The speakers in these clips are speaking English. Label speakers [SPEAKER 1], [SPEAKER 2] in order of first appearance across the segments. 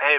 [SPEAKER 1] Hey,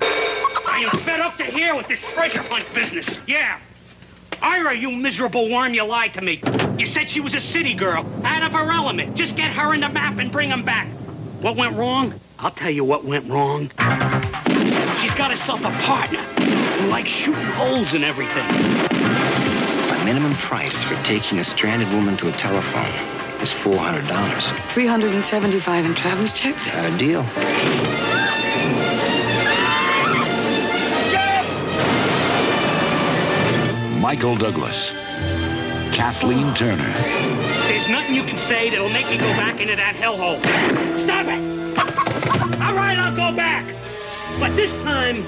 [SPEAKER 2] I am fed up to here with this treasure hunt business. Yeah. Ira, you miserable worm, you lied to me. You said she was a city girl, out of her element. Just get her in the map and bring him back. What went wrong? I'll tell you what went wrong. She's got herself a partner who likes shooting holes and everything.
[SPEAKER 3] The minimum price for taking a stranded woman to a telephone is $400.
[SPEAKER 4] 375 in traveler's checks?
[SPEAKER 3] Not a deal.
[SPEAKER 5] Michael Douglas, Kathleen Turner,
[SPEAKER 2] There's nothing you can say that'll make me go back into that hellhole. Stop it! All right, I'll go back. But this time,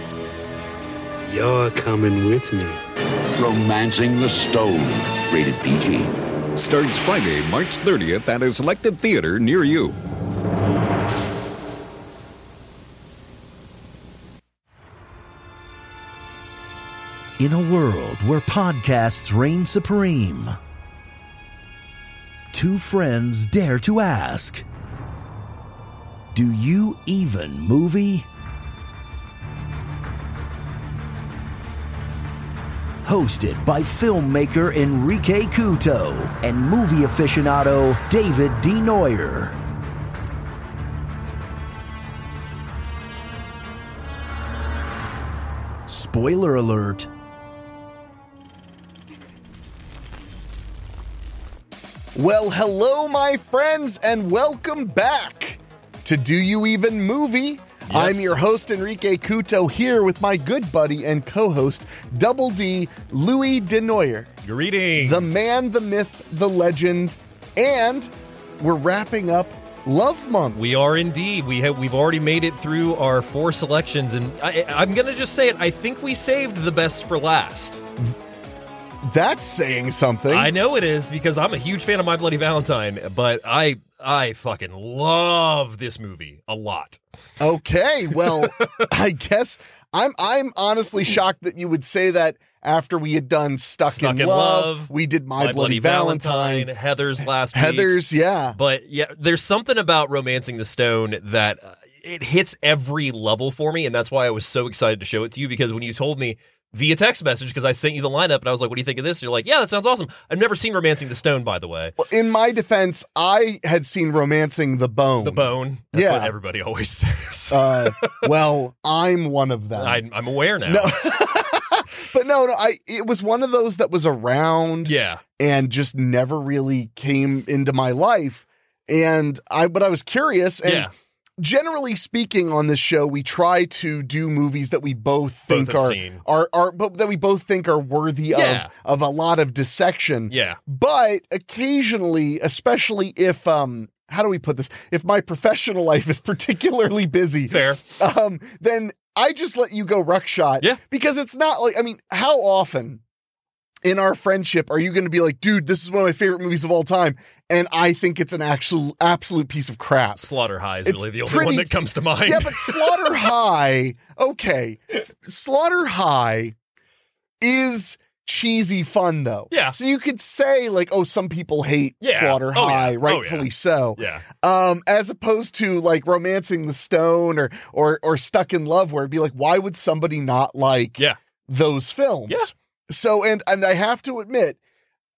[SPEAKER 2] you're coming with me.
[SPEAKER 5] Romancing the Stone, rated PG.
[SPEAKER 6] starts Friday, March 30th at a selected theater near you.
[SPEAKER 7] In a world where podcasts reign supreme, two friends dare to ask Do you even movie? Hosted by filmmaker Enrique Cuto and movie aficionado David D. Neuer. Spoiler alert.
[SPEAKER 8] Well, hello, my friends, and welcome back to Do You Even Movie? I'm your host, Enrique Cuto, here with my good buddy and co host, Double D, Louis DeNoyer,
[SPEAKER 9] Greetings.
[SPEAKER 8] the man, the myth, the legend, and we're wrapping up Love Month.
[SPEAKER 9] We are indeed. We have we've already made it through our four selections, and I, I'm gonna just say it. I think we saved the best for last.
[SPEAKER 8] That's saying something.
[SPEAKER 9] I know it is because I'm a huge fan of My Bloody Valentine, but I I fucking love this movie a lot.
[SPEAKER 8] Okay, well, I guess I'm I'm honestly shocked that you would say that after we had done Stuck,
[SPEAKER 9] Stuck
[SPEAKER 8] in,
[SPEAKER 9] in
[SPEAKER 8] love,
[SPEAKER 9] Love,
[SPEAKER 8] we did My, Bloody, Valentine,
[SPEAKER 9] Heather's last week.
[SPEAKER 8] Heather's, yeah.
[SPEAKER 9] But yeah, there's something about romancing the stone that uh, it hits every level for me, and that's why I was so excited to show it to you because when you told me via text message, because I sent you the lineup and I was like, "What do you think of this?" You're like, "Yeah, that sounds awesome." I've never seen romancing the stone, by the way.
[SPEAKER 8] Well, in my defense, I had seen Romancing the Bone.
[SPEAKER 9] The bone. That's
[SPEAKER 8] Yeah.
[SPEAKER 9] what everybody always says.
[SPEAKER 8] Uh, well, I'm one of them.
[SPEAKER 9] I, I'm aware now.
[SPEAKER 8] Oh, No. but no, no, I it was one of those that was around
[SPEAKER 9] Yeah.
[SPEAKER 8] and just never really came into my life. And I but I was curious and
[SPEAKER 9] Yeah.
[SPEAKER 8] generally speaking on this show we try to do movies that we both think
[SPEAKER 9] have
[SPEAKER 8] are,
[SPEAKER 9] seen.
[SPEAKER 8] are are but that we both think are worthy
[SPEAKER 9] Yeah.
[SPEAKER 8] of of a lot of dissection
[SPEAKER 9] Yeah.
[SPEAKER 8] but occasionally especially if um how do we put this if my professional life is particularly busy
[SPEAKER 9] Fair.
[SPEAKER 8] um then i just let you go ruckshot
[SPEAKER 9] Yeah.
[SPEAKER 8] because it's not like i mean how often in our friendship are you going to be like, dude, this is one of my favorite movies of all time, and I think it's an actual absolute piece of crap?
[SPEAKER 9] Slaughter High is really the only one that comes to mind.
[SPEAKER 8] Yeah, but Slaughter High, okay, Slaughter High is cheesy fun though.
[SPEAKER 9] Yeah.
[SPEAKER 8] So you could say like, oh, some people hate
[SPEAKER 9] Yeah.
[SPEAKER 8] Slaughter
[SPEAKER 9] Oh, yeah.
[SPEAKER 8] High,
[SPEAKER 9] Oh,
[SPEAKER 8] rightfully
[SPEAKER 9] yeah.
[SPEAKER 8] so.
[SPEAKER 9] Yeah.
[SPEAKER 8] Um, as opposed to like romancing the stone or or or stuck in love, where it'd be like, why would somebody not like
[SPEAKER 9] Yeah.
[SPEAKER 8] those films?
[SPEAKER 9] Yeah.
[SPEAKER 8] So and and I have to admit,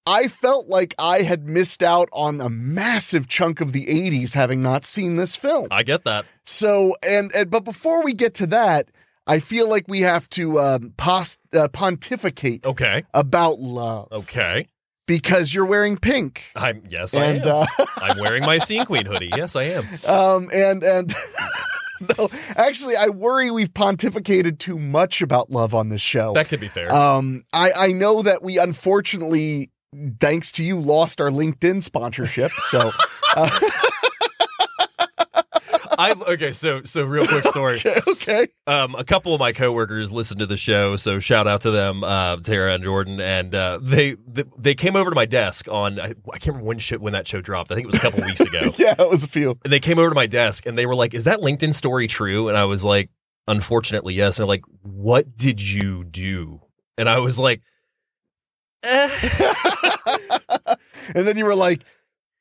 [SPEAKER 8] I felt like I had missed out on a massive chunk of the 80s having not seen this film.
[SPEAKER 9] I get that.
[SPEAKER 8] So and, and but before we get to that, I feel like we have to um, pos- uh, pontificate
[SPEAKER 9] Okay.
[SPEAKER 8] about love
[SPEAKER 9] Okay.
[SPEAKER 8] because you're wearing pink.
[SPEAKER 9] I'm yes,
[SPEAKER 8] And,
[SPEAKER 9] I am.
[SPEAKER 8] uh,
[SPEAKER 9] I'm wearing my scene queen hoodie. Yes, I am.
[SPEAKER 8] Um, and and no, actually, I worry we've pontificated too much about love on this show.
[SPEAKER 9] That could be fair.
[SPEAKER 8] Um, I I know that we unfortunately, thanks to you, lost our LinkedIn sponsorship. So
[SPEAKER 9] I okay, so so real quick story.
[SPEAKER 8] okay,
[SPEAKER 9] um, a couple of my coworkers listened to the show, so shout out to them, uh, Tara and Jordan, and uh, they, they they came over to my desk on I, I can't remember when shit when that show dropped. I think it was a couple weeks ago,
[SPEAKER 8] yeah, it was a few.
[SPEAKER 9] and they came over to my desk and they were like, "Is that LinkedIn story true?" And I was like, "Unfortunately, yes." And they're like, "What did you do?" And I was like, eh.
[SPEAKER 8] and then you were like,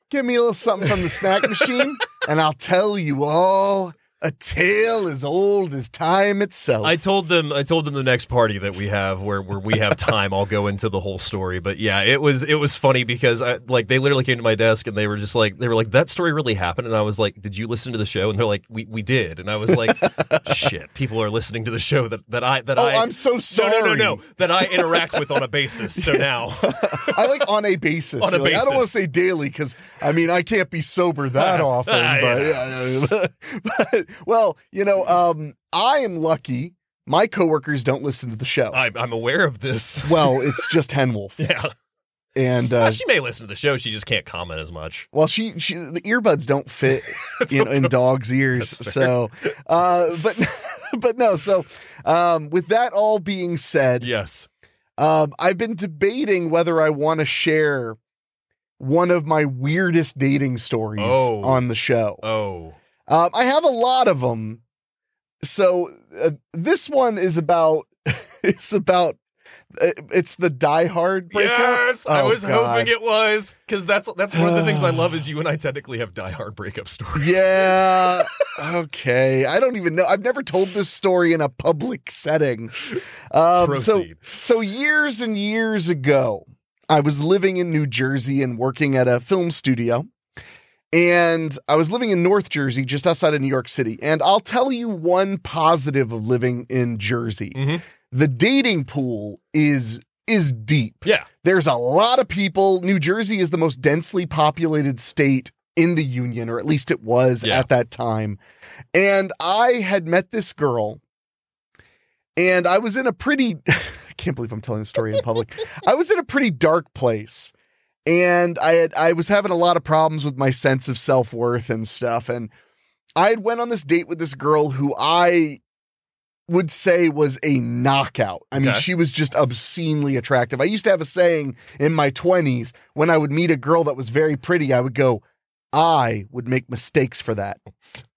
[SPEAKER 8] "Give me a little something from the snack machine, and I'll tell you all." A tale as old as time itself.
[SPEAKER 9] I told them I told them the next party that we have where where we have time I'll go into the whole story but yeah it was it was funny because I like they literally came to my desk and they were just like they were like that story really happened and I was like did you listen to the show and they're like we we did and I was like shit people are listening to the show that that I that
[SPEAKER 8] oh,
[SPEAKER 9] I
[SPEAKER 8] I'm so
[SPEAKER 9] no,
[SPEAKER 8] sorry.
[SPEAKER 9] no no no that I interact with on a basis so now
[SPEAKER 8] I like on a basis.
[SPEAKER 9] On a
[SPEAKER 8] You're like, I don't want to
[SPEAKER 9] basis.
[SPEAKER 8] say daily because I mean I can't be sober that often.
[SPEAKER 9] Ah,
[SPEAKER 8] but, but well, you know, um, I am lucky. My coworkers don't listen to the show.
[SPEAKER 9] I I'm aware of this
[SPEAKER 8] well, it's just Hen Wolf,
[SPEAKER 9] yeah
[SPEAKER 8] and
[SPEAKER 9] Well,
[SPEAKER 8] uh,
[SPEAKER 9] she may listen to the show she just can't comment as much
[SPEAKER 8] well, she, she the earbuds don't fit you know, in dogs' ears. So, uh, but but no. So, um, with that all being said,
[SPEAKER 9] yes
[SPEAKER 8] Um, I've been debating whether I want to share one of my weirdest dating stories
[SPEAKER 9] Oh.
[SPEAKER 8] on the show.
[SPEAKER 9] oh
[SPEAKER 8] Um, I have a lot of them. So uh, this one is about it's about uh, it's the Die Hard breakup.
[SPEAKER 9] Yes, I
[SPEAKER 8] Oh,
[SPEAKER 9] was
[SPEAKER 8] God.
[SPEAKER 9] hoping it was because that's that's one of the things I love is you and I technically have diehard breakup stories.
[SPEAKER 8] Yeah. okay. I don't even know. I've never told this story in a public setting. Um, so,
[SPEAKER 9] Proceed.
[SPEAKER 8] so years and years ago, I was living in New Jersey and working at a film studio. And I was living in North Jersey, just outside of New York City. And I'll tell you one positive of living in Jersey.
[SPEAKER 9] Mhm.
[SPEAKER 8] The dating pool is is deep.
[SPEAKER 9] yeah,
[SPEAKER 8] There's a lot of people. New Jersey is the most densely populated state in the union, or at least it was
[SPEAKER 9] Yeah.
[SPEAKER 8] at that time. And I had met this girl, and I was in a pretty, I can't believe I'm telling this story in public. I was in a pretty dark place. And I had I was having a lot of problems with my sense of self-worth and stuff. And I had went on this date with this girl who I would say was a knockout. I mean,
[SPEAKER 9] Okay.
[SPEAKER 8] she was just obscenely attractive. I used to have a saying in my 20s when I would meet a girl that was very pretty, I would go, I would make mistakes for that.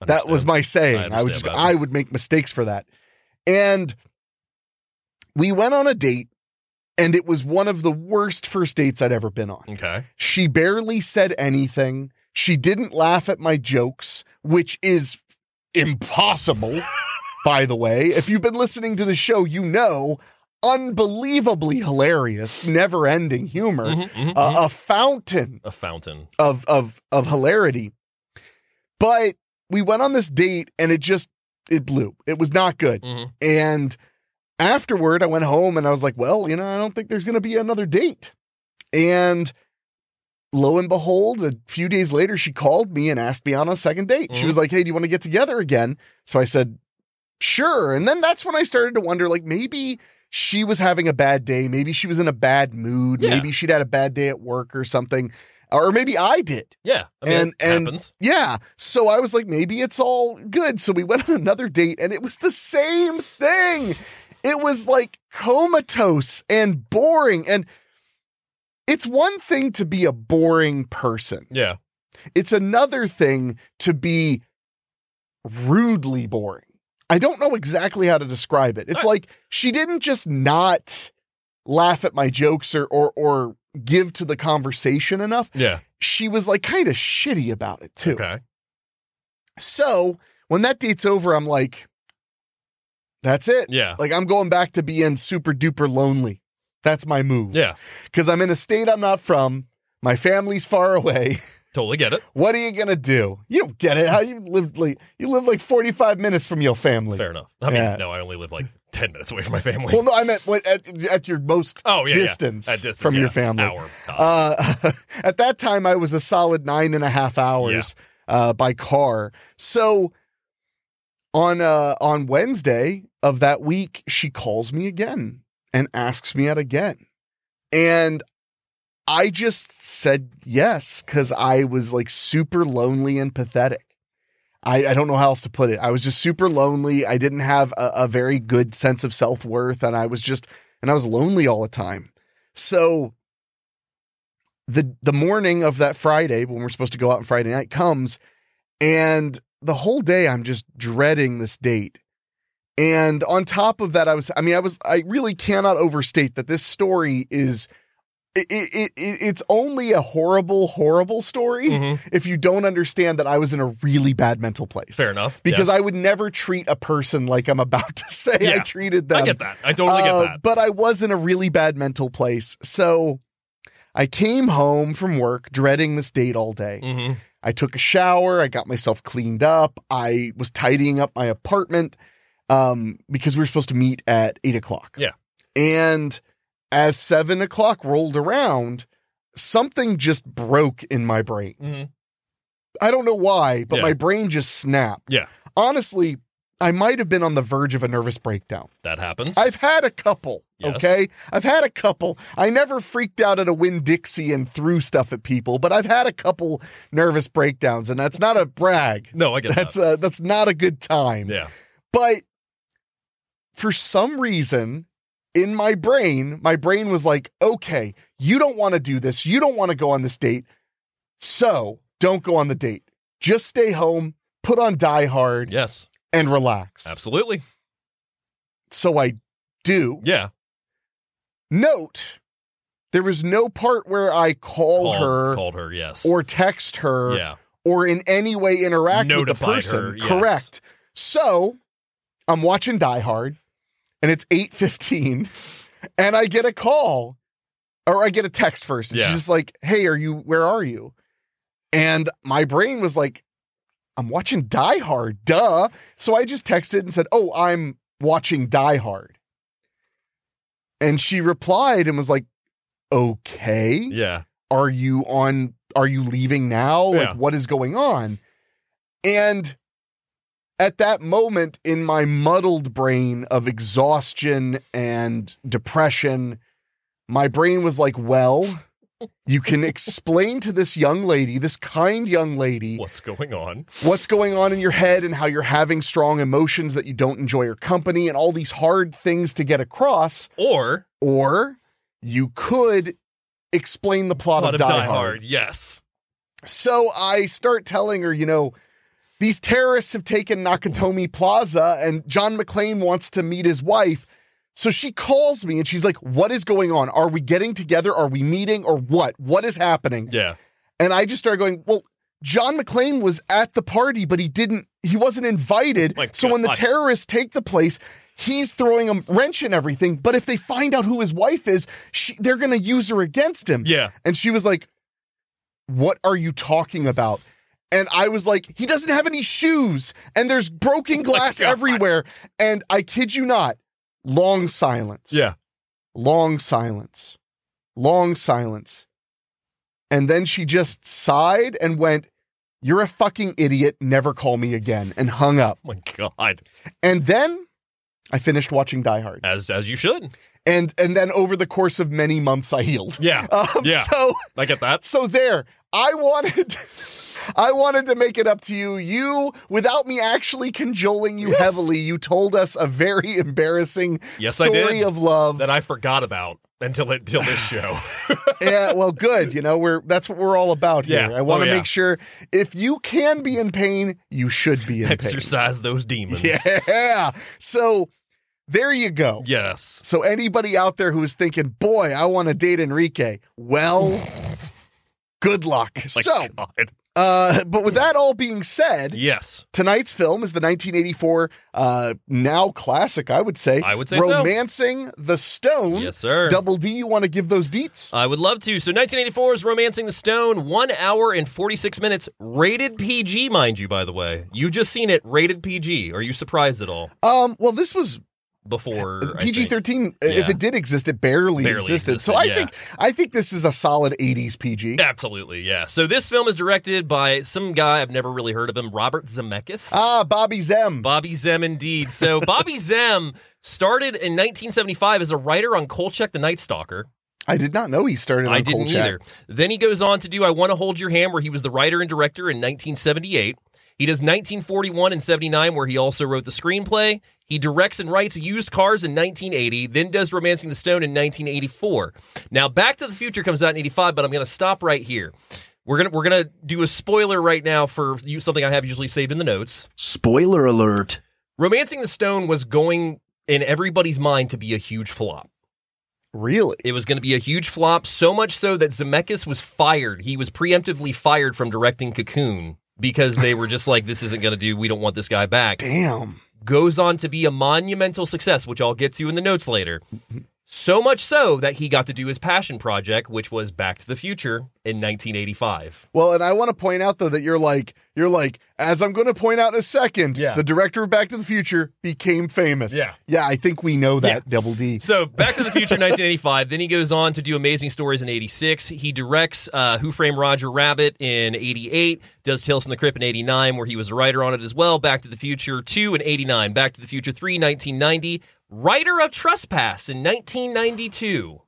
[SPEAKER 8] That was
[SPEAKER 9] Understand.
[SPEAKER 8] my saying. I,
[SPEAKER 9] I
[SPEAKER 8] would just,
[SPEAKER 9] understand that.
[SPEAKER 8] I would make mistakes for that. And we went on a date, and it was one of the worst first dates I'd ever been on.
[SPEAKER 9] okay.
[SPEAKER 8] She barely said anything. She didn't laugh at my jokes, which is impossible, by the way. If you've been listening to the show, you know unbelievably hilarious, never ending humor,
[SPEAKER 9] Mhm, mhm, mhm.
[SPEAKER 8] uh, a fountain
[SPEAKER 9] a fountain.
[SPEAKER 8] of of of hilarity. But we went on this date and it just it blew. It was not good.
[SPEAKER 9] Mhm.
[SPEAKER 8] And afterward I went home and I was like, well, you know, I don't think there's going to be another date. And lo and behold, a few days later she called me and asked me out on a second date. She
[SPEAKER 9] Mhm.
[SPEAKER 8] was like, "Hey, do you want to get together again?" So I said, "Sure." And then that's when I started to wonder like maybe she was having a bad day. Maybe she was in a bad mood.
[SPEAKER 9] Yeah.
[SPEAKER 8] Maybe she'd had a bad day at work or something. Or maybe I did.
[SPEAKER 9] Yeah, I mean,
[SPEAKER 8] And-
[SPEAKER 9] it
[SPEAKER 8] and-
[SPEAKER 9] happens.
[SPEAKER 8] Yeah. So I was like, maybe it's all good. So we went on another date and it was the same thing. It was like comatose and boring. And it's one thing to be a boring person.
[SPEAKER 9] Yeah.
[SPEAKER 8] It's another thing to be rudely boring. I don't know exactly how to describe it. It's like she didn't just not laugh at my jokes or or or give to the conversation enough.
[SPEAKER 9] Yeah.
[SPEAKER 8] She was like kind of shitty about it too.
[SPEAKER 9] Okay.
[SPEAKER 8] So when that date's over, I'm like, that's it.
[SPEAKER 9] Yeah.
[SPEAKER 8] Like I'm going back to being super duper lonely. That's my move.
[SPEAKER 9] Yeah.
[SPEAKER 8] Because I'm in a state I'm not from. My family's far away.
[SPEAKER 9] Totally get it.
[SPEAKER 8] What are you gonna do? You don't get it. How you lived like you live like 45 minutes from your family.
[SPEAKER 9] Fair enough. I mean,
[SPEAKER 8] Yeah.
[SPEAKER 9] no, I only live like 10 minutes away from my family.
[SPEAKER 8] Well, no, I meant what, at, at your most
[SPEAKER 9] oh, yeah. yeah.
[SPEAKER 8] distance,
[SPEAKER 9] At distance
[SPEAKER 8] from
[SPEAKER 9] yeah.
[SPEAKER 8] your family.
[SPEAKER 9] Hour tops.
[SPEAKER 8] Uh, at that time, I was a solid nine and a half hours uh, by car. So on uh, on Wednesday of that week, she calls me again and asks me out again, and I just said yes because I was like super lonely and pathetic. I, I don't know how else to put it. I was just super lonely. I didn't have a, a very good sense of self worth, and I was just and I was lonely all the time. So the the morning of that Friday when we're supposed to go out on Friday night comes and the whole day I'm just dreading this date. And on top of that I was I mean I was I really cannot overstate that this story is it, it, it it's only a horrible horrible story
[SPEAKER 9] Mhm.
[SPEAKER 8] if you don't understand that I was in a really bad mental place
[SPEAKER 9] Fair enough.
[SPEAKER 8] because
[SPEAKER 9] Yes.
[SPEAKER 8] I would never treat a person like I'm about to say I
[SPEAKER 9] Yeah.
[SPEAKER 8] treated them.
[SPEAKER 9] I get that. I totally
[SPEAKER 8] Uh,
[SPEAKER 9] get that.
[SPEAKER 8] But I was in a really bad mental place. So I came home from work dreading this date all day.
[SPEAKER 9] hmm
[SPEAKER 8] I took a shower. I got myself cleaned up. I was tidying up my apartment um, because we were supposed to meet at eight o'clock.
[SPEAKER 9] Yeah.
[SPEAKER 8] And as seven o'clock rolled around, something just broke in my brain.
[SPEAKER 9] hmm
[SPEAKER 8] I don't know why, but
[SPEAKER 9] Yeah.
[SPEAKER 8] my brain just snapped.
[SPEAKER 9] Yeah.
[SPEAKER 8] Honestly, I might have been on the verge of a nervous breakdown.
[SPEAKER 9] That happens.
[SPEAKER 8] I've had a couple.
[SPEAKER 9] Yes.
[SPEAKER 8] Okay. I've had a couple. I never freaked out at a Winn Dixie and threw stuff at people, but I've had a couple nervous breakdowns, and that's not a brag.
[SPEAKER 9] no, I get
[SPEAKER 8] That's
[SPEAKER 9] that.
[SPEAKER 8] a, that's not a good time.
[SPEAKER 9] yeah.
[SPEAKER 8] But for some reason, in my brain, my brain was like, okay, you don't want to do this. You don't want to go on this date. So don't go on the date. Just stay home, put on Die Hard,
[SPEAKER 9] Yes.
[SPEAKER 8] and relax.
[SPEAKER 9] Absolutely.
[SPEAKER 8] So I do.
[SPEAKER 9] Yeah.
[SPEAKER 8] Note, there was no part where I call
[SPEAKER 9] Called-
[SPEAKER 8] her
[SPEAKER 9] Called her. Yes.
[SPEAKER 8] or text her
[SPEAKER 9] yeah.
[SPEAKER 8] or in any way interact with the
[SPEAKER 9] Notified
[SPEAKER 8] person.
[SPEAKER 9] her, yes.
[SPEAKER 8] Correct. So I'm watching Die Hard and it's 8:15 and I get a call or I get a text first. And
[SPEAKER 9] Yeah.
[SPEAKER 8] she's just like, "Hey, are you where are you?" And my brain was like, "I'm watching Die Hard, duh." So I just texted and said, "Oh, I'm watching Die Hard." And she replied and was like, "Okay."
[SPEAKER 9] Yeah.
[SPEAKER 8] are you on are you leaving now like
[SPEAKER 9] Yeah.
[SPEAKER 8] what is going on and at that moment in my muddled brain of exhaustion and depression my brain was like well you can explain to this young lady this kind young lady
[SPEAKER 9] What's going on?
[SPEAKER 8] what's going on in your head and how you're having strong emotions that you don't enjoy your company and all these hard things to get across
[SPEAKER 9] Or
[SPEAKER 8] or you could explain the plot,
[SPEAKER 9] Plot
[SPEAKER 8] of, Die,
[SPEAKER 9] Hard.
[SPEAKER 8] Hard.
[SPEAKER 9] Yes.
[SPEAKER 8] So I start telling her, you know, these terrorists have taken Nakatomi Plaza and John McClane wants to meet his wife. So she calls me and she's like, What is going on? Are we getting together? Are we meeting or what? What is happening?
[SPEAKER 9] Yeah.
[SPEAKER 8] And I just started going, Well, John McClane was at the party, but he didn't, he wasn't invited.
[SPEAKER 9] My
[SPEAKER 8] so when the
[SPEAKER 9] God.
[SPEAKER 8] terrorists take the place, he's throwing a wrench in everything. But if they find out who his wife is, she, they're going to use her against him.
[SPEAKER 9] Yeah.
[SPEAKER 8] And she was like, What are you talking about? And I was like, He doesn't have any shoes, and there's broken glass
[SPEAKER 9] Oh God.
[SPEAKER 8] everywhere. And I kid you not, long silence,
[SPEAKER 9] Yeah.
[SPEAKER 8] long silence, long silence. And then she just sighed and went, You're a fucking idiot. Never call me again, and hung up.
[SPEAKER 9] Oh my God.
[SPEAKER 8] And then I finished watching Die Hard.
[SPEAKER 9] As as you should.
[SPEAKER 8] And and then over the course of many months I healed.
[SPEAKER 9] Yeah.
[SPEAKER 8] Um,
[SPEAKER 9] Yeah.
[SPEAKER 8] So
[SPEAKER 9] I get that.
[SPEAKER 8] so there, I wanted I wanted to make it up to you. You, without me actually cajoling you
[SPEAKER 9] Yes.
[SPEAKER 8] heavily, you told us a very embarrassing
[SPEAKER 9] Yes, I
[SPEAKER 8] story
[SPEAKER 9] did.
[SPEAKER 8] of love.
[SPEAKER 9] That I forgot about until it, until this show.
[SPEAKER 8] yeah, well, good. You know, we're that's what we're all about here.
[SPEAKER 9] Yeah.
[SPEAKER 8] I want
[SPEAKER 9] Oh,
[SPEAKER 8] to
[SPEAKER 9] yeah.
[SPEAKER 8] make sure if you can be in pain, you should be in
[SPEAKER 9] Exercise those demons.
[SPEAKER 8] pain. Yeah. So there you go.
[SPEAKER 9] Yes.
[SPEAKER 8] So anybody out there who is thinking, "Boy, I want to date Enrique," well, good luck.
[SPEAKER 9] My
[SPEAKER 8] so,
[SPEAKER 9] God.
[SPEAKER 8] uh, but with that all being said,
[SPEAKER 9] Yes.
[SPEAKER 8] Tonight's film is the 1984 uh, now classic, I would say.
[SPEAKER 9] I would say so.
[SPEAKER 8] Romancing the Stone.
[SPEAKER 9] Yes, sir.
[SPEAKER 8] Double D, you want to give those deets?
[SPEAKER 9] I would love to. So 1984 is Romancing the Stone, one hour and 46 minutes, rated PG, mind you, by the way. You've just seen it rated PG. Are you surprised at all?
[SPEAKER 8] Um, well, this was
[SPEAKER 9] Before I
[SPEAKER 8] PG
[SPEAKER 9] think.
[SPEAKER 8] thirteen. uh, If
[SPEAKER 9] Yeah.
[SPEAKER 8] it did exist, it barely,
[SPEAKER 9] Barely
[SPEAKER 8] existed. So I
[SPEAKER 9] existed,
[SPEAKER 8] think I think this is a solid eighties PG.
[SPEAKER 9] Absolutely, yeah. So this film is directed by some guy I've never really heard of him, Robert Zemeckis.
[SPEAKER 8] Ah, Bobby Zem.
[SPEAKER 9] Bobby Zem, indeed. So Bobby Zem started in 1975 as a writer on Kolchak the Night Stalker.
[SPEAKER 8] I did not know he started. On
[SPEAKER 9] I didn't
[SPEAKER 8] Kolchak.
[SPEAKER 9] either. Then he goes on to do I Want to Hold Your Hand, where he was the writer and director in 1978. He does 1941 and 79, where he also wrote the screenplay. He directs and writes Used Cars in 1980, then does Romancing the Stone in 1984. Now, Back to the Future comes out in 85, but I'm going to stop right here. We're gonna we're gonna do a spoiler right now for you, something I have usually saved in the notes.
[SPEAKER 7] Spoiler alert.
[SPEAKER 9] Romancing the Stone was going in everybody's mind to be a huge flop.
[SPEAKER 8] Really?
[SPEAKER 9] It was going to be a huge flop, so much so that Zemeckis was fired. He was preemptively fired from directing Cocoon because they were just like, this isn't going to do, we don't want this guy back.
[SPEAKER 8] Damn.
[SPEAKER 9] Goes on to be a monumental success, which I'll get to in the notes later. So much so that he got to do his passion project, which was Back to the Future in 1985.
[SPEAKER 8] Well, and I want to point out though that you're like you're like as I'm going to point out in a second.
[SPEAKER 9] Yeah.
[SPEAKER 8] The director of Back to the Future became famous.
[SPEAKER 9] Yeah.
[SPEAKER 8] Yeah, I think we know that. Double D.
[SPEAKER 9] So Back to the Future 1985. Then he goes on to do Amazing Stories in 86. He directs uh, Who Framed Roger Rabbit in 88. Does Tales from the Crypt in 89, where he was a writer on it as well. Back to the Future 2 in 89. Back to the Future 3, 1990. Writer of Trespass in 1992.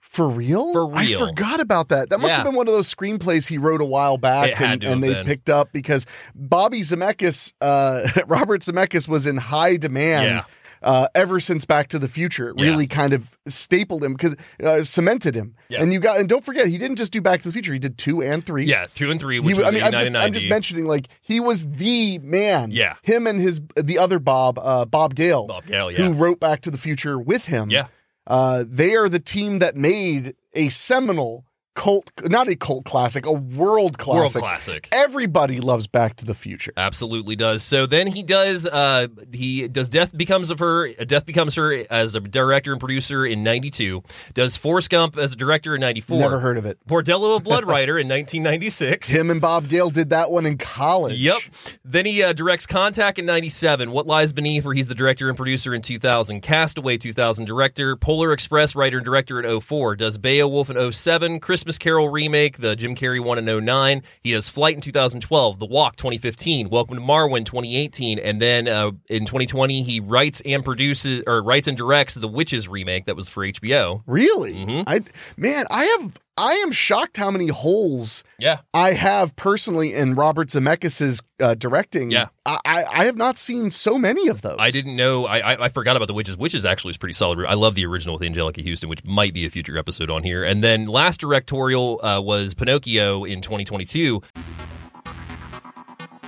[SPEAKER 8] For real?
[SPEAKER 9] For real.
[SPEAKER 8] I forgot about that. That must
[SPEAKER 9] Yeah.
[SPEAKER 8] have been one of those screenplays he wrote a while back
[SPEAKER 9] It had
[SPEAKER 8] and,
[SPEAKER 9] to have
[SPEAKER 8] and they
[SPEAKER 9] been.
[SPEAKER 8] picked up because Bobby Zemeckis, uh, Robert Zemeckis was in high demand.
[SPEAKER 9] Yeah.
[SPEAKER 8] Uh, ever since Back to the Future, it
[SPEAKER 9] Yeah.
[SPEAKER 8] really kind of stapled him because uh, cemented him.
[SPEAKER 9] Yeah.
[SPEAKER 8] And you got and don't forget, he didn't just do Back to the Future; he did two and three.
[SPEAKER 9] Yeah, 2 and 3, which
[SPEAKER 8] He,
[SPEAKER 9] was
[SPEAKER 8] I mean, I'm
[SPEAKER 9] 89
[SPEAKER 8] just,
[SPEAKER 9] and
[SPEAKER 8] I'm just
[SPEAKER 9] 90.
[SPEAKER 8] mentioning like he was the man.
[SPEAKER 9] Yeah.
[SPEAKER 8] him and his the other Bob, uh, Bob Gale,
[SPEAKER 9] Bob Gale, yeah.
[SPEAKER 8] who wrote Back to the Future with him.
[SPEAKER 9] Yeah.
[SPEAKER 8] Uh, they are the team that made a seminal cult, not a cult classic, a world classic.
[SPEAKER 9] World classic.
[SPEAKER 8] Everybody loves Back to the Future.
[SPEAKER 9] Absolutely does. So then he does. Uh, he does. Death becomes of her. uh, Death becomes her as a director and producer in '92. Does Forrest Gump as a director in '94.
[SPEAKER 8] Never heard of it.
[SPEAKER 9] Bordello of Blood Rider in 1996.
[SPEAKER 8] Him and Bob Gale did that one in college.
[SPEAKER 9] Yep. Then he uh, directs Contact in 97, What Lies Beneath, where he's the director and producer in 2000, Castaway 2000 director, Polar Express writer and director in 04, does Beowulf in 07, Christmas Carol remake, the Jim Carrey one in 09. He does Flight in 2012, The Walk 2015, Welcome to Marwin 2018, and then uh, in 2020 he writes and produces or writes and directs The Witches remake that was for HBO.
[SPEAKER 8] Really?
[SPEAKER 9] Mm-hmm.
[SPEAKER 8] I man, I have I am shocked how many holes
[SPEAKER 9] Yeah.
[SPEAKER 8] I have personally in Robert Zemeckis's uh, directing.
[SPEAKER 9] Yeah.
[SPEAKER 8] I, I I have not seen so many of those.
[SPEAKER 9] I didn't know. I, I I forgot about the witches. Witches actually is pretty solid. I love the original with Angelica Houston, which might be a future episode on here. And then last directorial uh, was Pinocchio in 2022.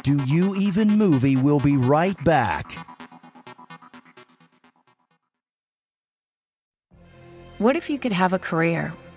[SPEAKER 7] Do You Even Movie will be right back.
[SPEAKER 10] What if you could have a career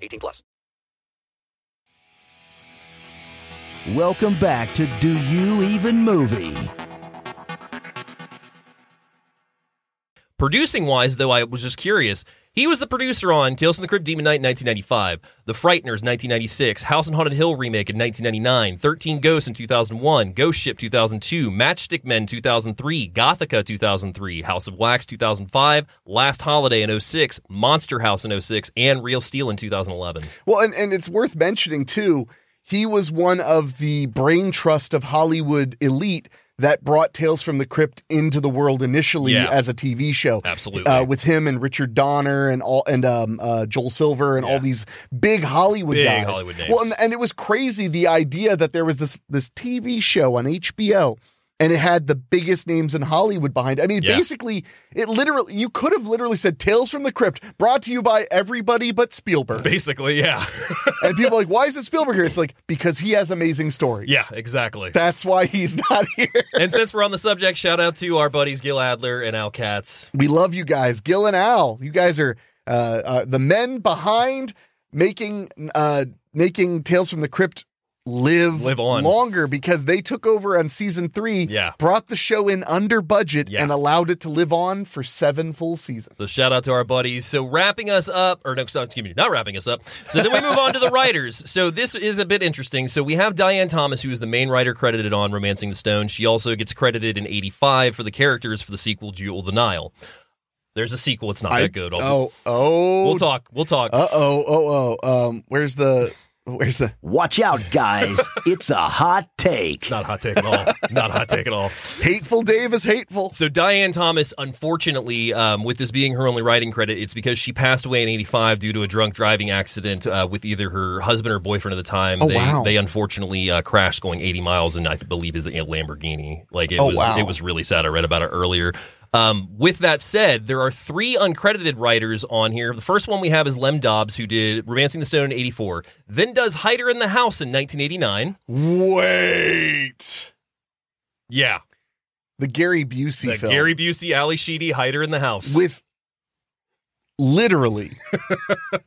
[SPEAKER 11] 18 plus.
[SPEAKER 7] Welcome back to Do You Even Movie?
[SPEAKER 9] Producing wise, though, I was just curious. He was the producer on Tales from the Crypt Demon Knight in 1995, The Frighteners 1996, House on Haunted Hill remake in 1999, 13 Ghosts in 2001, Ghost Ship 2002, Matchstick Men 2003, Gothica 2003, House of Wax 2005, Last Holiday in 06, Monster House in 06, and Real Steel in 2011.
[SPEAKER 8] Well, and, and it's worth mentioning too, he was one of the brain trust of Hollywood elite that brought Tales from the Crypt into the world initially
[SPEAKER 9] Yeah.
[SPEAKER 8] as a TV show.
[SPEAKER 9] Absolutely.
[SPEAKER 8] Uh, with him and Richard Donner and all and um, uh, Joel Silver and all these big Hollywood
[SPEAKER 9] Big
[SPEAKER 8] guys.
[SPEAKER 9] Hollywood names.
[SPEAKER 8] Well, and, and it was crazy the idea that there was this this TV show on HBO and it had the biggest names in Hollywood behind. it. I mean,
[SPEAKER 9] Yeah.
[SPEAKER 8] basically, it literally you could have literally said Tales from the Crypt brought to you by everybody but Spielberg.
[SPEAKER 9] Basically, yeah.
[SPEAKER 8] and people are like, why is it Spielberg here? It's like because he has amazing stories.
[SPEAKER 9] Yeah, exactly.
[SPEAKER 8] That's why he's not here.
[SPEAKER 9] and since we're on the subject, shout out to our buddies Gil Adler and Al Katz.
[SPEAKER 8] We love you guys, Gil and Al. You guys are uh, uh, the men behind making uh, making Tales from the Crypt live
[SPEAKER 9] Live on.
[SPEAKER 8] longer because they took over on season three.
[SPEAKER 9] Yeah.
[SPEAKER 8] brought the show in under budget and allowed it to live on for seven full seasons.
[SPEAKER 9] So shout out to our buddies. So wrapping us up, or no, excuse me, not wrapping us up. So then we move on to the writers. So this is a bit interesting. So we have Diane Thomas, who is the main writer credited on *Romancing the Stone*. She also gets credited in '85 for the characters for the sequel *Jewel of the Nile*. There's a sequel. It's not
[SPEAKER 8] I-
[SPEAKER 9] that good.
[SPEAKER 8] Oh, oh.
[SPEAKER 9] We'll talk. We'll talk.
[SPEAKER 8] Uh oh, oh oh. Um, where's the where's the
[SPEAKER 7] Watch out, guys. it's a hot take. It's
[SPEAKER 9] not a hot take at all. not a hot take at all.
[SPEAKER 8] Hateful Dave is hateful.
[SPEAKER 9] So Diane Thomas, unfortunately, um, with this being her only writing credit, it's because she passed away in '85 due to a drunk driving accident uh, with either her husband or boyfriend at the time.
[SPEAKER 8] Oh,
[SPEAKER 9] they,
[SPEAKER 8] wow.
[SPEAKER 9] they unfortunately uh, crashed going 80 miles, and I believe is a Lamborghini. Like it
[SPEAKER 8] Oh,
[SPEAKER 9] was,
[SPEAKER 8] wow.
[SPEAKER 9] it was really sad. I read about it earlier. Um, with that said, there are three uncredited writers on here. The first one we have is Lem Dobbs, who did *Romancing the Stone* in '84, then does *Hider in the House* in 1989.
[SPEAKER 8] Wait.
[SPEAKER 9] Yeah,
[SPEAKER 8] The Gary Busey
[SPEAKER 9] the
[SPEAKER 8] film.
[SPEAKER 9] Gary Busey, Ali Sheedy, *Hider in the House*.
[SPEAKER 8] with literally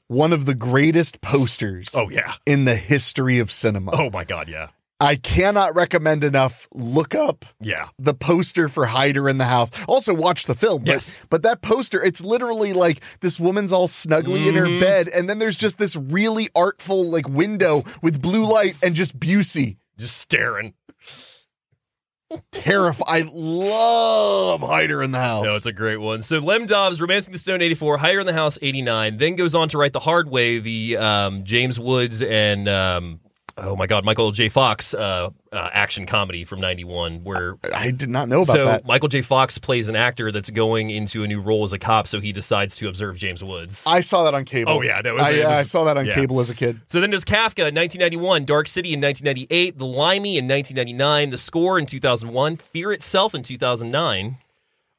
[SPEAKER 8] one of the greatest posters
[SPEAKER 9] Oh, yeah.
[SPEAKER 8] in the history of cinema.
[SPEAKER 9] oh my God, yeah.
[SPEAKER 8] I cannot recommend enough look up
[SPEAKER 9] Yeah.
[SPEAKER 8] the poster for Hider in the House. Also watch the film. but-
[SPEAKER 9] Yes.
[SPEAKER 8] But, that poster, it's literally like this woman's all snuggly in her
[SPEAKER 9] Mhm.
[SPEAKER 8] bed and then there's just this really artful like window with blue light and just Busey.
[SPEAKER 9] Just staring.
[SPEAKER 8] Terrify. I love Hider in the House.
[SPEAKER 9] No, it's a great one. So Lem Dobbs, Romancing the Stone 84, Higher in the House 89, then goes on to write The Hard Way, the um, James Woods and, um, oh my God, Michael J. Fox uh, uh, action comedy from 91, where
[SPEAKER 8] I did not know about
[SPEAKER 9] so
[SPEAKER 8] that.
[SPEAKER 9] Michael J. Fox plays an actor that's going into a new role as a cop, so he decides to observe James Woods.
[SPEAKER 8] I saw that on cable.
[SPEAKER 9] Oh, yeah, that was-
[SPEAKER 8] I,
[SPEAKER 9] it was-
[SPEAKER 8] I saw that on
[SPEAKER 9] yeah.
[SPEAKER 8] cable as a kid.
[SPEAKER 9] So then there's Kafka in 1991, Dark City in 1998, The Limey in 1999, The Score in 2001, Fear Itself in 2009.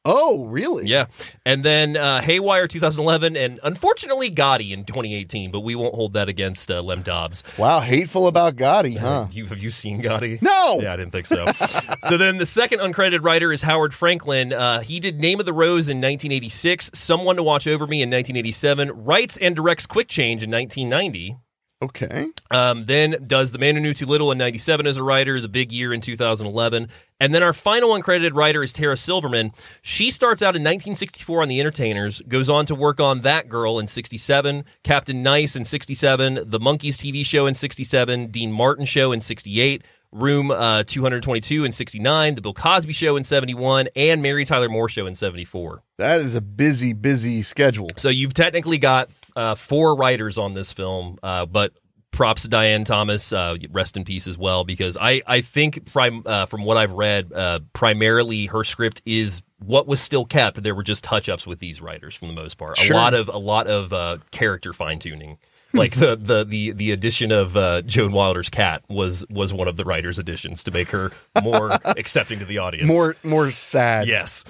[SPEAKER 8] Oh, really?
[SPEAKER 9] Yeah. And then uh, Haywire 2011, and unfortunately Gotti in 2018, but we won't hold that against uh, Lem Dobbs.
[SPEAKER 8] Wow, hateful about Gotti, huh?
[SPEAKER 9] You, have you seen Gotti?
[SPEAKER 8] Uh-huh. No.
[SPEAKER 9] Yeah, I didn't think so. so then the second uncredited writer is Howard Franklin. Uh, he did Name of the Rose in 1986, Someone to Watch Over Me in 1987, writes and directs Quick Change in 1990.
[SPEAKER 8] Okay.
[SPEAKER 9] Um, then does The Man Who Knew Too Little in 97 as a writer, The Big Year in 2011. And then our final uncredited writer is Tara Silverman. She starts out in 1964 on The Entertainers, goes on to work on That Girl in 67, Captain Nice in 67, The Monkeys TV show in 67, Dean Martin show in 68, Room uh, 222 in 69, The Bill Cosby show in 71, and Mary Tyler Moore show in 74.
[SPEAKER 8] That is a busy, busy schedule.
[SPEAKER 9] So you've technically got uh, four writers on this film, uh, but props to Diane Thomas, uh, rest in peace as well, because I, I think prim- uh, from what I've read, uh, primarily her script is what was still kept. There were just touch ups with these writers for the most part.
[SPEAKER 8] Sure.
[SPEAKER 9] A lot of a lot of uh, character fine tuning. like the the the the addition of uh, Joan Wilder's cat was was one of the writer's additions to make her more accepting to the audience.
[SPEAKER 8] More more sad.
[SPEAKER 9] Yes.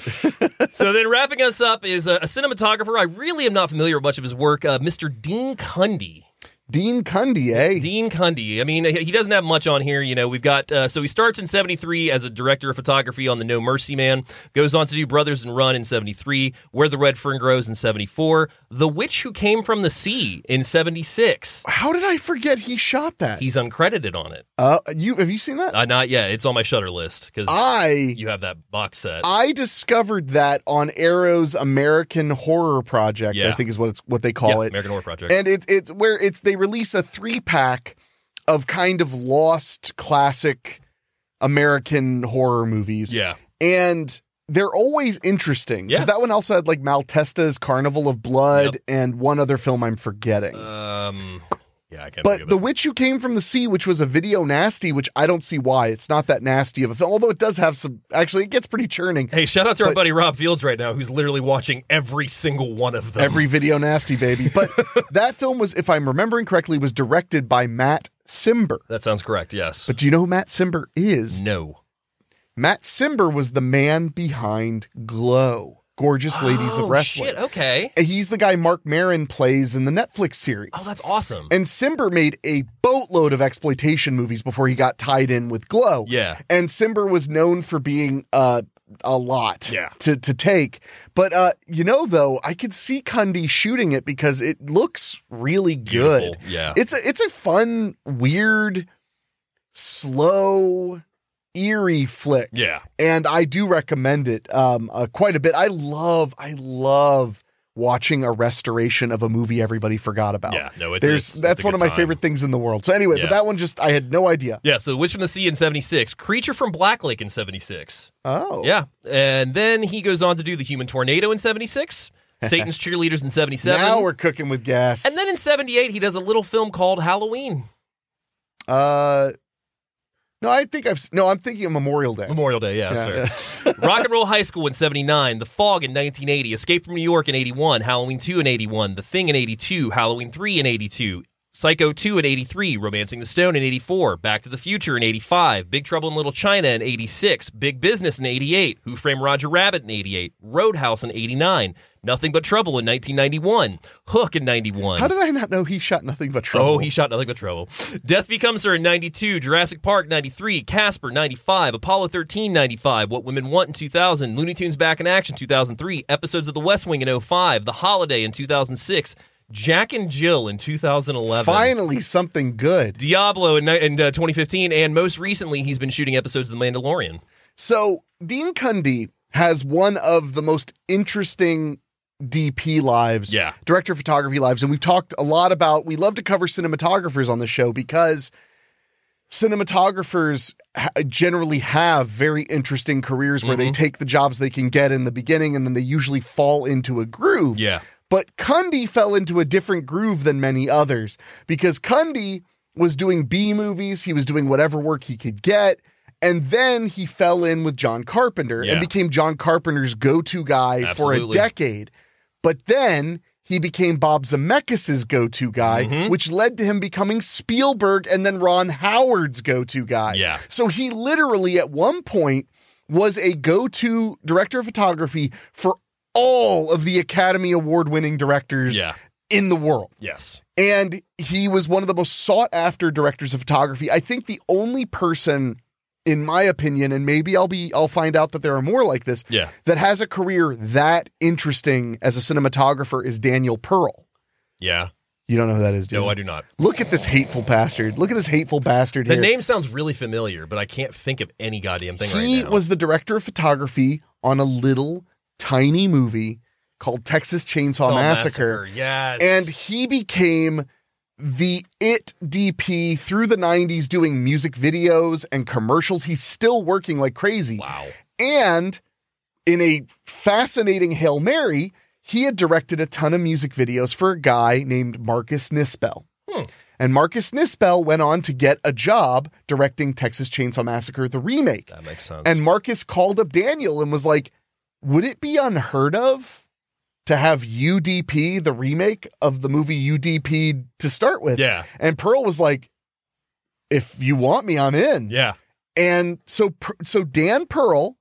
[SPEAKER 9] so then wrapping us up is a, a cinematographer. I really am not familiar with much of his work. Uh, Mr. Dean Cundy.
[SPEAKER 8] Dean Cundy, eh?
[SPEAKER 9] Dean Cundy. I mean, he he doesn't have much on here. You know, we've got uh, so he starts in '73 as a director of photography on the No Mercy Man. Goes on to do Brothers and Run in '73, Where the Red Fern Grows in '74, The Witch Who Came from the Sea in '76.
[SPEAKER 8] How did I forget he shot that?
[SPEAKER 9] He's uncredited on it.
[SPEAKER 8] Uh, you have you seen that?
[SPEAKER 9] Uh, not yet. It's on my Shutter list because
[SPEAKER 8] I-
[SPEAKER 9] you have that box set.
[SPEAKER 8] I discovered that on Arrow's American Horror Project. I
[SPEAKER 9] Yeah.
[SPEAKER 8] think is what it's what they call
[SPEAKER 9] Yeah,
[SPEAKER 8] it.
[SPEAKER 9] American Horror Project.
[SPEAKER 8] and it's it's where it's they release a three pack of kind of lost classic American horror movies.
[SPEAKER 9] Yeah.
[SPEAKER 8] and they're always interesting because
[SPEAKER 9] Yeah.
[SPEAKER 8] that one also had like Maltesta's Carnival of Blood and one other film I'm forgetting.
[SPEAKER 9] um, yeah, I can't. think
[SPEAKER 8] but
[SPEAKER 9] of
[SPEAKER 8] The
[SPEAKER 9] it.
[SPEAKER 8] Witch Who Came from the Sea, which was a video nasty, which I don't see why it's not that nasty of a film, although it does have some. Actually, it gets pretty churning.
[SPEAKER 9] Hey, shout out to our
[SPEAKER 8] But-
[SPEAKER 9] buddy Rob Fields right now, who's literally watching every single one of them.
[SPEAKER 8] Every video nasty baby. But that film was, if I'm remembering correctly, was directed by Matt Simber.
[SPEAKER 9] That sounds correct. Yes.
[SPEAKER 8] But do you know who Matt Simber is?
[SPEAKER 9] no.
[SPEAKER 8] Matt Simber was the man behind Glow, Gorgeous Ladies
[SPEAKER 9] Oh,
[SPEAKER 8] of Wrestling.
[SPEAKER 9] Shit. Okay.
[SPEAKER 8] And He's the guy Mark Marin plays in the Netflix series.
[SPEAKER 9] Oh, that's awesome.
[SPEAKER 8] And Simber made a boatload of exploitation movies before he got tied in with Glow.
[SPEAKER 9] Yeah.
[SPEAKER 8] And Simber was known for being uh, a lot
[SPEAKER 9] Yeah.
[SPEAKER 8] to, to take. But, uh, you know, though, I could see Cundy shooting it because it looks really good.
[SPEAKER 9] Beautiful, yeah.
[SPEAKER 8] It's a, it's a fun, weird, slow, eerie flick
[SPEAKER 9] Yeah.
[SPEAKER 8] and I do recommend it um, uh, quite a bit. I love, I love watching a restoration of a movie everybody forgot about.
[SPEAKER 9] Yeah, no, it's- it's-
[SPEAKER 8] There's,
[SPEAKER 9] it's
[SPEAKER 8] that's
[SPEAKER 9] a
[SPEAKER 8] one
[SPEAKER 9] good
[SPEAKER 8] of my
[SPEAKER 9] time.
[SPEAKER 8] favorite things in the world. So anyway,
[SPEAKER 9] Yeah.
[SPEAKER 8] but that one just I had no idea.
[SPEAKER 9] Yeah, so Witch from the Sea in 76, Creature from Black Lake in 76.
[SPEAKER 8] Oh,
[SPEAKER 9] Yeah. And then he goes on to do The Human Tornado in 76, Satan's Cheerleaders in 77.
[SPEAKER 8] Now we're cooking with gas.
[SPEAKER 9] and then in 78, he does a little film called Halloween,
[SPEAKER 8] uh, no, I think I've s- no. I'm thinking of Memorial Day.
[SPEAKER 9] Memorial Day. Yeah,
[SPEAKER 8] Yeah,
[SPEAKER 9] that's fair. Rock and Roll High School in 79, The Fog in 1980, Escape from New York in 81, Halloween 2 in 81, The Thing in 82, Halloween 3 in 82. Psycho 2 in 83, Romancing the Stone in 84, Back to the Future in 85, Big Trouble in Little China in 86, Big Business in 88, Who Framed Roger Rabbit in 88, Roadhouse in 89, Nothing But Trouble in 1991, Hook in 91.
[SPEAKER 8] How did I not know he shot nothing but trouble?
[SPEAKER 9] Oh, he shot nothing but trouble. Death Becomes Her in 92, Jurassic Park 93, Casper 95, Apollo 13 95, What Women Want in 2000, Looney Tunes Back in Action 2003, episodes of The West Wing in 05, The Holiday in 2006, Jack and Jill in 2011.
[SPEAKER 8] finally something good.
[SPEAKER 9] Diablo in, ni- in uh, 2015, and most recently, he's been shooting episodes of The Mandalorian.
[SPEAKER 8] So Dean Cundy has one of the most interesting DP lives,
[SPEAKER 9] Yeah.
[SPEAKER 8] director of photography lives, and we've talked a lot about. We love to cover cinematographers on the show because cinematographers ha- generally have very interesting careers where
[SPEAKER 9] Mm-hmm.
[SPEAKER 8] they take the jobs they can get in the beginning and then they usually fall into a groove.
[SPEAKER 9] Yeah.
[SPEAKER 8] But Cundy fell into a different groove than many others because Cundy was doing B movies, he was doing whatever work he could get. And then he fell in with John Carpenter and
[SPEAKER 9] Yeah.
[SPEAKER 8] became John Carpenter's go to guy for a
[SPEAKER 9] Absolutely.
[SPEAKER 8] decade. But then he became Bob Zemeckis' go to guy,
[SPEAKER 9] Mm-hmm.
[SPEAKER 8] which led to him becoming Spielberg and then Ron Howard's go to guy.
[SPEAKER 9] Yeah.
[SPEAKER 8] So he literally, at one point, was a go to director of photography for all of the Academy Award winning directors
[SPEAKER 9] Yeah.
[SPEAKER 8] in the world.
[SPEAKER 9] Yes.
[SPEAKER 8] And he was one of the most sought after directors of photography. I think the only person in my opinion and maybe I'll be I'll find out that there are more like this
[SPEAKER 9] Yeah.
[SPEAKER 8] that has a career that interesting as a cinematographer is Daniel Pearl.
[SPEAKER 9] Yeah.
[SPEAKER 8] You don't know who that is, do
[SPEAKER 9] No,
[SPEAKER 8] you?
[SPEAKER 9] I do not.
[SPEAKER 8] Look at this hateful bastard. Look at this hateful bastard
[SPEAKER 9] The
[SPEAKER 8] here.
[SPEAKER 9] name sounds really familiar, but I can't think of any goddamn thing
[SPEAKER 8] he
[SPEAKER 9] right now.
[SPEAKER 8] was the director of photography on a little tiny movie called Texas Chainsaw
[SPEAKER 9] Saw
[SPEAKER 8] Massacre.
[SPEAKER 9] Yes.
[SPEAKER 8] and he became the it DP through the 90s doing music videos and commercials. He's still working like crazy.
[SPEAKER 9] Wow.
[SPEAKER 8] And in a fascinating Hail Mary, he had directed a ton of music videos for a guy named Marcus Nispel.
[SPEAKER 9] Hmm.
[SPEAKER 8] And Marcus Nispel went on to get a job directing Texas Chainsaw Massacre, the remake.
[SPEAKER 9] That makes sense.
[SPEAKER 8] And Marcus called up Daniel and was like, Would it be unheard of to have UDP, the remake of the movie UDP, to start with.
[SPEAKER 9] Yeah.
[SPEAKER 8] And Pearl was like, if you want me, I'm in.
[SPEAKER 9] Yeah.
[SPEAKER 8] And so, so Dan Pearl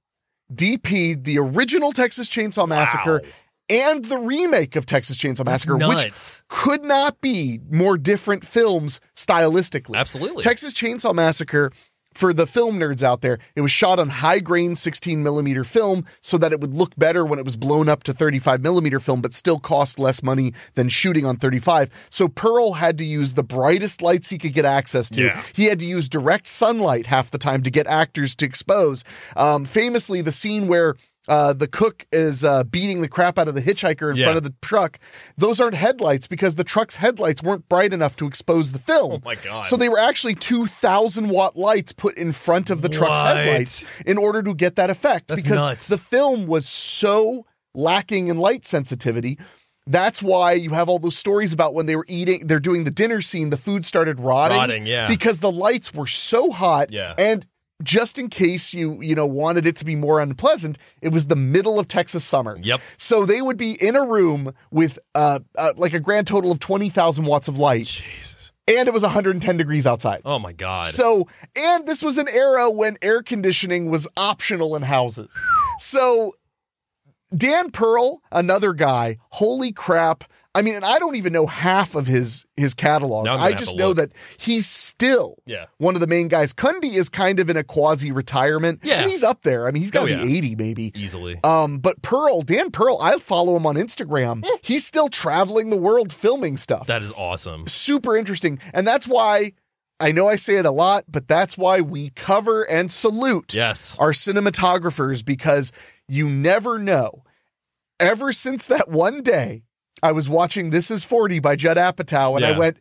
[SPEAKER 8] DP'd the original Texas Chainsaw Massacre
[SPEAKER 9] Wow.
[SPEAKER 8] and the remake of Texas Chainsaw Massacre,
[SPEAKER 9] nuts.
[SPEAKER 8] which could not be more different films stylistically.
[SPEAKER 9] Absolutely.
[SPEAKER 8] Texas Chainsaw Massacre, for the film nerds out there, it was shot on high grain 16 millimeter film so that it would look better when it was blown up to 35 millimeter film, but still cost less money than shooting on 35. So Pearl had to use the brightest lights he could get access to.
[SPEAKER 9] Yeah.
[SPEAKER 8] He had to use direct sunlight half the time to get actors to expose. Um, famously, the scene where uh, the cook is uh, beating the crap out of the hitchhiker in
[SPEAKER 9] Yeah.
[SPEAKER 8] front of the truck. Those aren't headlights because the truck's headlights weren't bright enough to expose the film.
[SPEAKER 9] Oh my God.
[SPEAKER 8] So they were actually 2,000 watt lights put in front of the truck's
[SPEAKER 9] What?
[SPEAKER 8] headlights in order to get that effect
[SPEAKER 9] That's
[SPEAKER 8] because
[SPEAKER 9] nuts.
[SPEAKER 8] the film was so lacking in light sensitivity. That's why you have all those stories about when they were eating, they're doing the dinner scene, the food started rotting.
[SPEAKER 9] Rotting, yeah.
[SPEAKER 8] Because the lights were so hot.
[SPEAKER 9] Yeah.
[SPEAKER 8] And just in case you, you know, wanted it to be more unpleasant, it was the middle of Texas summer.
[SPEAKER 9] Yep.
[SPEAKER 8] So they would be in a room with uh, uh like a grand total of 20,000 watts of light. Jesus. And it was 110 degrees outside.
[SPEAKER 9] Oh my god.
[SPEAKER 8] So, and this was an era when air conditioning was optional in houses. So, Dan Pearl, another guy, holy crap. I mean, and I don't even know half of his his catalog.
[SPEAKER 9] Now I'm gonna
[SPEAKER 8] I
[SPEAKER 9] have
[SPEAKER 8] just
[SPEAKER 9] to
[SPEAKER 8] know
[SPEAKER 9] look.
[SPEAKER 8] that he's still
[SPEAKER 9] Yeah.
[SPEAKER 8] one of the main guys. Cundy is kind of in a quasi retirement.
[SPEAKER 9] Yeah.
[SPEAKER 8] And he's up there. I mean, he's got to
[SPEAKER 9] Oh,
[SPEAKER 8] be
[SPEAKER 9] yeah.
[SPEAKER 8] 80 maybe.
[SPEAKER 9] easily.
[SPEAKER 8] Um, but Pearl, Dan Pearl, I follow him on Instagram.
[SPEAKER 9] Eh.
[SPEAKER 8] he's still traveling the world filming stuff
[SPEAKER 9] that is awesome.
[SPEAKER 8] super interesting. And that's why I know I say it a lot, but that's why we cover and salute
[SPEAKER 9] Yes.
[SPEAKER 8] our cinematographers because you never know. Ever since that one day I was watching This Is 40 by Judd Apatow and I
[SPEAKER 9] Yeah.
[SPEAKER 8] went,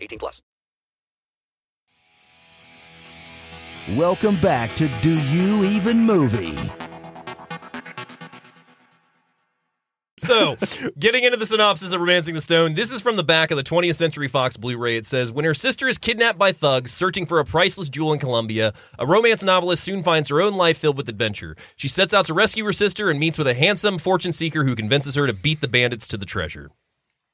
[SPEAKER 12] 18 plus.
[SPEAKER 13] Welcome back to Do You Even Movie?
[SPEAKER 9] So, getting into the synopsis of Romancing the Stone, this is from the back of the 20th Century Fox Blu ray. It says When her sister is kidnapped by thugs searching for a priceless jewel in Colombia, a romance novelist soon finds her own life filled with adventure. She sets out to rescue her sister and meets with a handsome fortune seeker who convinces her to beat the bandits to the treasure.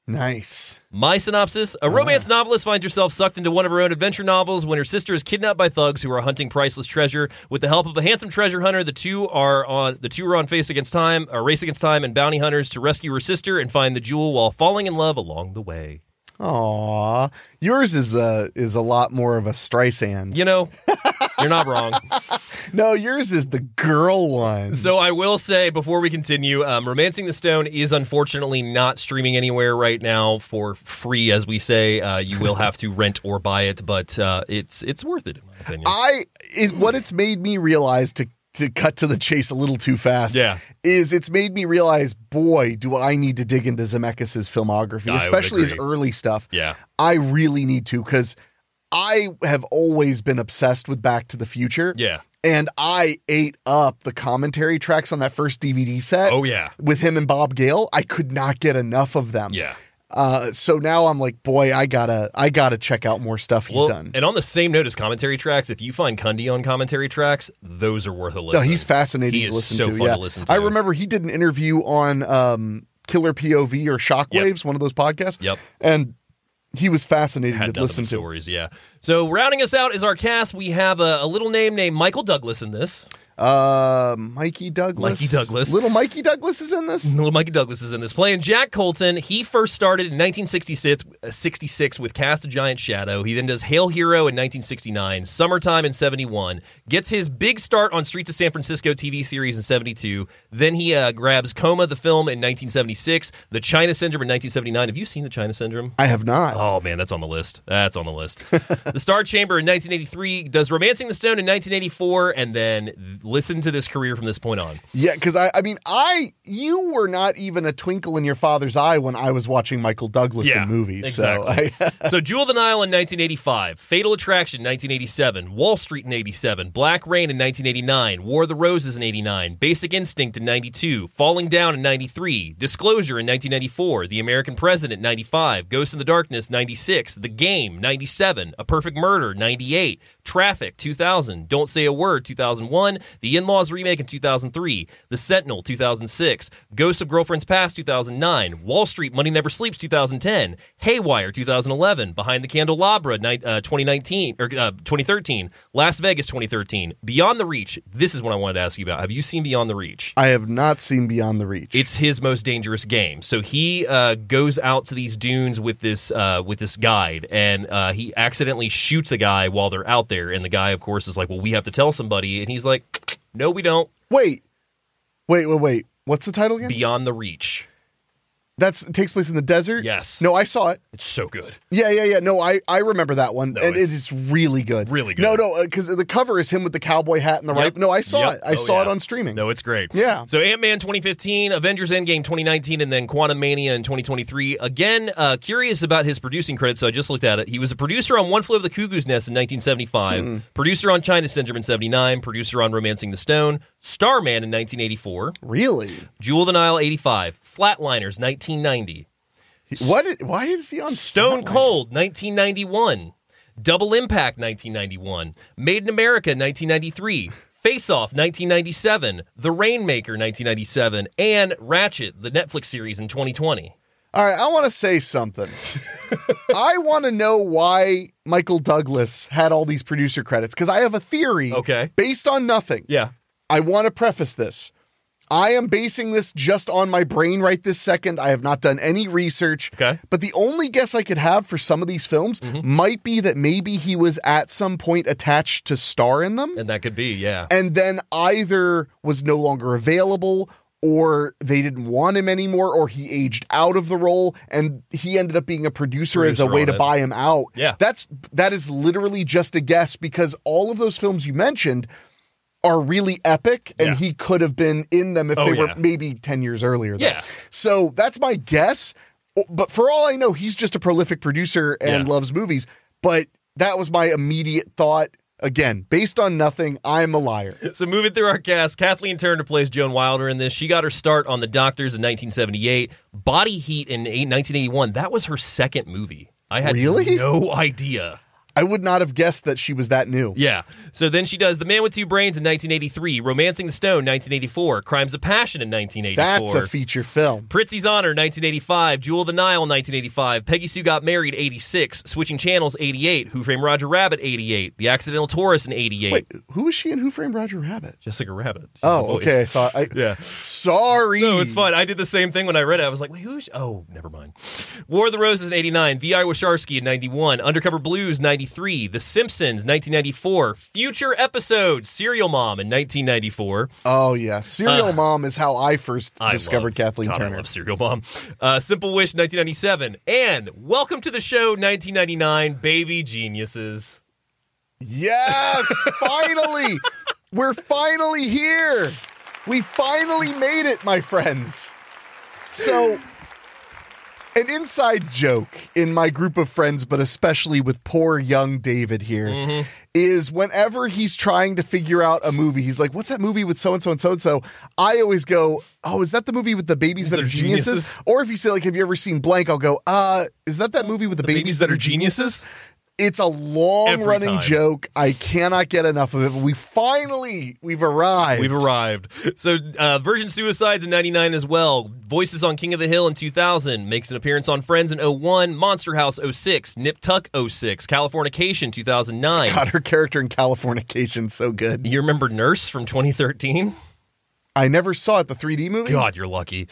[SPEAKER 8] Nice.
[SPEAKER 9] My synopsis A romance novelist finds herself sucked into one of her own adventure novels when her sister is kidnapped by thugs who are hunting priceless treasure. With the help of a handsome treasure hunter, the two are on the two are on face against time, a race against time, and bounty hunters to rescue her sister and find the jewel while falling in love along the way.
[SPEAKER 8] Aw, yours is a is a lot more of a Streisand.
[SPEAKER 9] You know, you're not wrong.
[SPEAKER 8] no, yours is the girl one.
[SPEAKER 9] So I will say before we continue, um, "Romancing the Stone" is unfortunately not streaming anywhere right now for free, as we say. Uh, you will have to rent or buy it, but uh, it's it's worth it in my opinion.
[SPEAKER 8] I is what it's made me realize to to cut to the chase a little too fast.
[SPEAKER 9] Yeah.
[SPEAKER 8] is it's made me realize, boy, do I need to dig into Zemeckis' filmography,
[SPEAKER 9] I would
[SPEAKER 8] especially his
[SPEAKER 9] agree.
[SPEAKER 8] early stuff.
[SPEAKER 9] Yeah.
[SPEAKER 8] I really need to because I have always been obsessed with Back to the Future.
[SPEAKER 9] Yeah.
[SPEAKER 8] And I ate up the commentary tracks on that first DVD set.
[SPEAKER 9] Oh, yeah.
[SPEAKER 8] With him and Bob Gale. I could not get enough of them.
[SPEAKER 9] Yeah.
[SPEAKER 8] Uh, so now I'm like, boy, I gotta, I gotta check out more stuff he's
[SPEAKER 9] Well,
[SPEAKER 8] done.
[SPEAKER 9] And on the same note as commentary tracks, if you find Cundy on commentary tracks, those are worth a listen.
[SPEAKER 8] No, he's fascinating
[SPEAKER 9] He
[SPEAKER 8] to
[SPEAKER 9] is
[SPEAKER 8] listen
[SPEAKER 9] so
[SPEAKER 8] to.
[SPEAKER 9] fun
[SPEAKER 8] yeah.
[SPEAKER 9] to listen to.
[SPEAKER 8] I remember he did an interview on um, Killer POV or Shockwaves, one of those podcasts.
[SPEAKER 9] Yep.
[SPEAKER 8] And he was fascinating
[SPEAKER 9] had nothing
[SPEAKER 8] to listen
[SPEAKER 9] but
[SPEAKER 8] to.
[SPEAKER 9] stories. Yeah. So rounding us out is our cast. We have a, a little name named Michael Douglas in this.
[SPEAKER 8] Uh, Mikey Douglas.
[SPEAKER 9] Mikey Douglas.
[SPEAKER 8] Little Mikey Douglas is in this?
[SPEAKER 9] Little Mikey Douglas is in this. Playing Jack Colton. He first started in 1966 uh, 66 with Cast a Giant Shadow. He then does Hail Hero in 1969, Summertime in 71, gets his big start on Streets of San Francisco TV series in 72. Then he uh, grabs Coma, the film, in 1976, The China Syndrome in 1979. Have you seen The China Syndrome?
[SPEAKER 8] I have not.
[SPEAKER 9] Oh man, that's on the list. That's on the list. the Star Chamber in 1983 does Romancing the Stone in 1984, and then th- listen to this career from this point on.
[SPEAKER 8] Yeah, because I, I mean, I, you were not even a twinkle in your father's eye when I was watching Michael Douglas in movies.
[SPEAKER 9] Exactly.
[SPEAKER 8] So I,
[SPEAKER 9] so Jewel of the Nile in 1985, Fatal Attraction 1987, Wall Street in 87, Black Rain in 1989, War of the Roses in 89, Basic Instinct in 92, Falling Down in 93, Disclosure in 1994, The American President 95, Ghost in the Darkness 96, The Game 97, A Perfect Murder 98, Traffic 2000, Don't Say a Word 2001, The In-Laws remake in 2003, The Sentinel 2006, Ghosts of Girlfriends Past 2009, Wall Street Money Never Sleeps 2010, Haywire 2011, Behind the Candelabra ni- uh, 2019 or uh, 2013, Las Vegas 2013, Beyond the Reach. This is what I wanted to ask you about. Have you seen Beyond the Reach?
[SPEAKER 8] I have not seen Beyond the Reach.
[SPEAKER 9] It's his most dangerous game. So he uh, goes out to these dunes with this uh, with this guide, and uh, he accidentally shoots a guy while they're out there. And the guy, of course, is like, "Well, we have to tell somebody," and he's like, "No, we don't."
[SPEAKER 8] Wait, wait, wait, wait. What's the title again?
[SPEAKER 9] Beyond the Reach.
[SPEAKER 8] That's it takes place in the desert.
[SPEAKER 9] Yes.
[SPEAKER 8] No, I saw it.
[SPEAKER 9] It's so good.
[SPEAKER 8] Yeah, yeah, yeah. No, I I remember that one, and it
[SPEAKER 9] it's-
[SPEAKER 8] is really good.
[SPEAKER 9] Really good.
[SPEAKER 8] No, no, because the cover is him with the cowboy hat and the rifle. No, I saw
[SPEAKER 9] Yep.
[SPEAKER 8] it. I
[SPEAKER 9] Oh,
[SPEAKER 8] saw it
[SPEAKER 9] yeah.
[SPEAKER 8] on streaming.
[SPEAKER 9] No, it's great.
[SPEAKER 8] Yeah.
[SPEAKER 9] So Ant Man 2015, Avengers Endgame 2019, and then Quantum Mania in 2023. Again, uh, curious about his producing credits, so I just looked at it. He was a producer on One Flew of the Cuckoo's Nest in 1975,
[SPEAKER 8] Hmm.
[SPEAKER 9] producer on China Syndrome in 79, producer on Romancing the Stone, Starman in 1984,
[SPEAKER 8] Really?
[SPEAKER 9] Jewel of the Nile 85, Flatliners 1990,
[SPEAKER 8] What? i- Why is he on
[SPEAKER 9] Stone Cold 1991, Double Impact 1991, Made in America 1993, Face Off 1997, The Rainmaker 1997, and Ratchet, the Netflix series in 2020.
[SPEAKER 8] All right, I want to say something. I want to know why Michael Douglas had all these producer credits because I have a theory.
[SPEAKER 9] Okay.
[SPEAKER 8] Based on nothing.
[SPEAKER 9] Yeah.
[SPEAKER 8] I want to preface this. I am basing this just on my brain right this second. I have not done any research.
[SPEAKER 9] Okay.
[SPEAKER 8] But the only guess I could have for some of these films might be that maybe he was at some point attached to star in them
[SPEAKER 9] And that could be, yeah.
[SPEAKER 8] and then either was no longer available or they didn't want him anymore or he aged out of the role and he ended up being a producer, as a
[SPEAKER 9] Producer
[SPEAKER 8] way
[SPEAKER 9] on
[SPEAKER 8] to
[SPEAKER 9] it.
[SPEAKER 8] buy him out.
[SPEAKER 9] Yeah.
[SPEAKER 8] That's that is literally just a guess because all of those films you mentioned are really epic and
[SPEAKER 9] Yeah.
[SPEAKER 8] he could have been in them if
[SPEAKER 9] Oh,
[SPEAKER 8] they were
[SPEAKER 9] yeah.
[SPEAKER 8] maybe 10 years earlier. though.
[SPEAKER 9] Yeah.
[SPEAKER 8] So that's my guess. O- But for all I know, he's just a prolific producer and
[SPEAKER 9] Yeah.
[SPEAKER 8] loves movies. But that was my immediate thought. Again, based on nothing, I'm a liar.
[SPEAKER 9] So moving through our cast, Kathleen Turner plays Joan Wilder in this. She got her start on The Doctors in 1978, Body Heat in eight- 1981. That was her second movie. I had
[SPEAKER 8] Really?
[SPEAKER 9] no idea.
[SPEAKER 8] I would not have guessed that she was that new.
[SPEAKER 9] Yeah. So then she does The Man with Two Brains in 1983, Romancing the Stone 1984, Crimes of Passion in 1984.
[SPEAKER 8] That's a feature film.
[SPEAKER 9] Pritzy's Honor 1985, Jewel of the Nile 1985, Peggy Sue Got Married 86, Switching Channels 88, Who Framed Roger Rabbit 88, The Accidental Tourist in 88.
[SPEAKER 8] Wait, who was she in Who Framed Roger Rabbit?
[SPEAKER 9] Jessica Rabbit. She's the
[SPEAKER 8] Oh,
[SPEAKER 9] voice.
[SPEAKER 8] okay. I thought I
[SPEAKER 9] Yeah.
[SPEAKER 8] Sorry.
[SPEAKER 9] No, it's fine. I did the same thing when I read it. I was like, wait, who is. Oh, never mind. War of the Roses in 89, V.I. Wacharski in 91, Undercover Blues 93, The Simpsons 1994, Future Episode, Serial Mom in 1994.
[SPEAKER 8] Oh yeah. Serial
[SPEAKER 9] Uh,
[SPEAKER 8] Mom is how I first
[SPEAKER 9] I
[SPEAKER 8] discovered
[SPEAKER 9] love-
[SPEAKER 8] Kathleen
[SPEAKER 9] God,
[SPEAKER 8] Turner.
[SPEAKER 9] I love Serial Mom. Uh, Simple Wish 1997, and Welcome to the Show 1999, Baby Geniuses.
[SPEAKER 8] Yes, finally. We're finally here. We finally made it, my friends. So, an inside joke in my group of friends, but especially with poor young David here, is whenever he's trying to figure out a movie, he's like, What's that movie with so and so and so and so? I always go, Oh, is that the movie with the babies that, are geniuses?
[SPEAKER 9] geniuses?
[SPEAKER 8] Or if you say, like, have you ever seen blank? I'll go, uh, is that that movie with the, babies, that are geniuses? It's a long
[SPEAKER 9] Every
[SPEAKER 8] running
[SPEAKER 9] time.
[SPEAKER 8] joke. I cannot get enough of it. But we finally we've arrived.
[SPEAKER 9] We've arrived. So, uh, Virgin Suicides in 99 as well. Voices on King of the Hill in 2000. Makes an appearance on Friends in 01. Monster House 06. Nip Tuck 06. Californication 2009.
[SPEAKER 8] God, her character in Californication so good.
[SPEAKER 9] You remember Nurse from 2013?
[SPEAKER 8] I never saw it. The 3D movie.
[SPEAKER 9] God, you're lucky.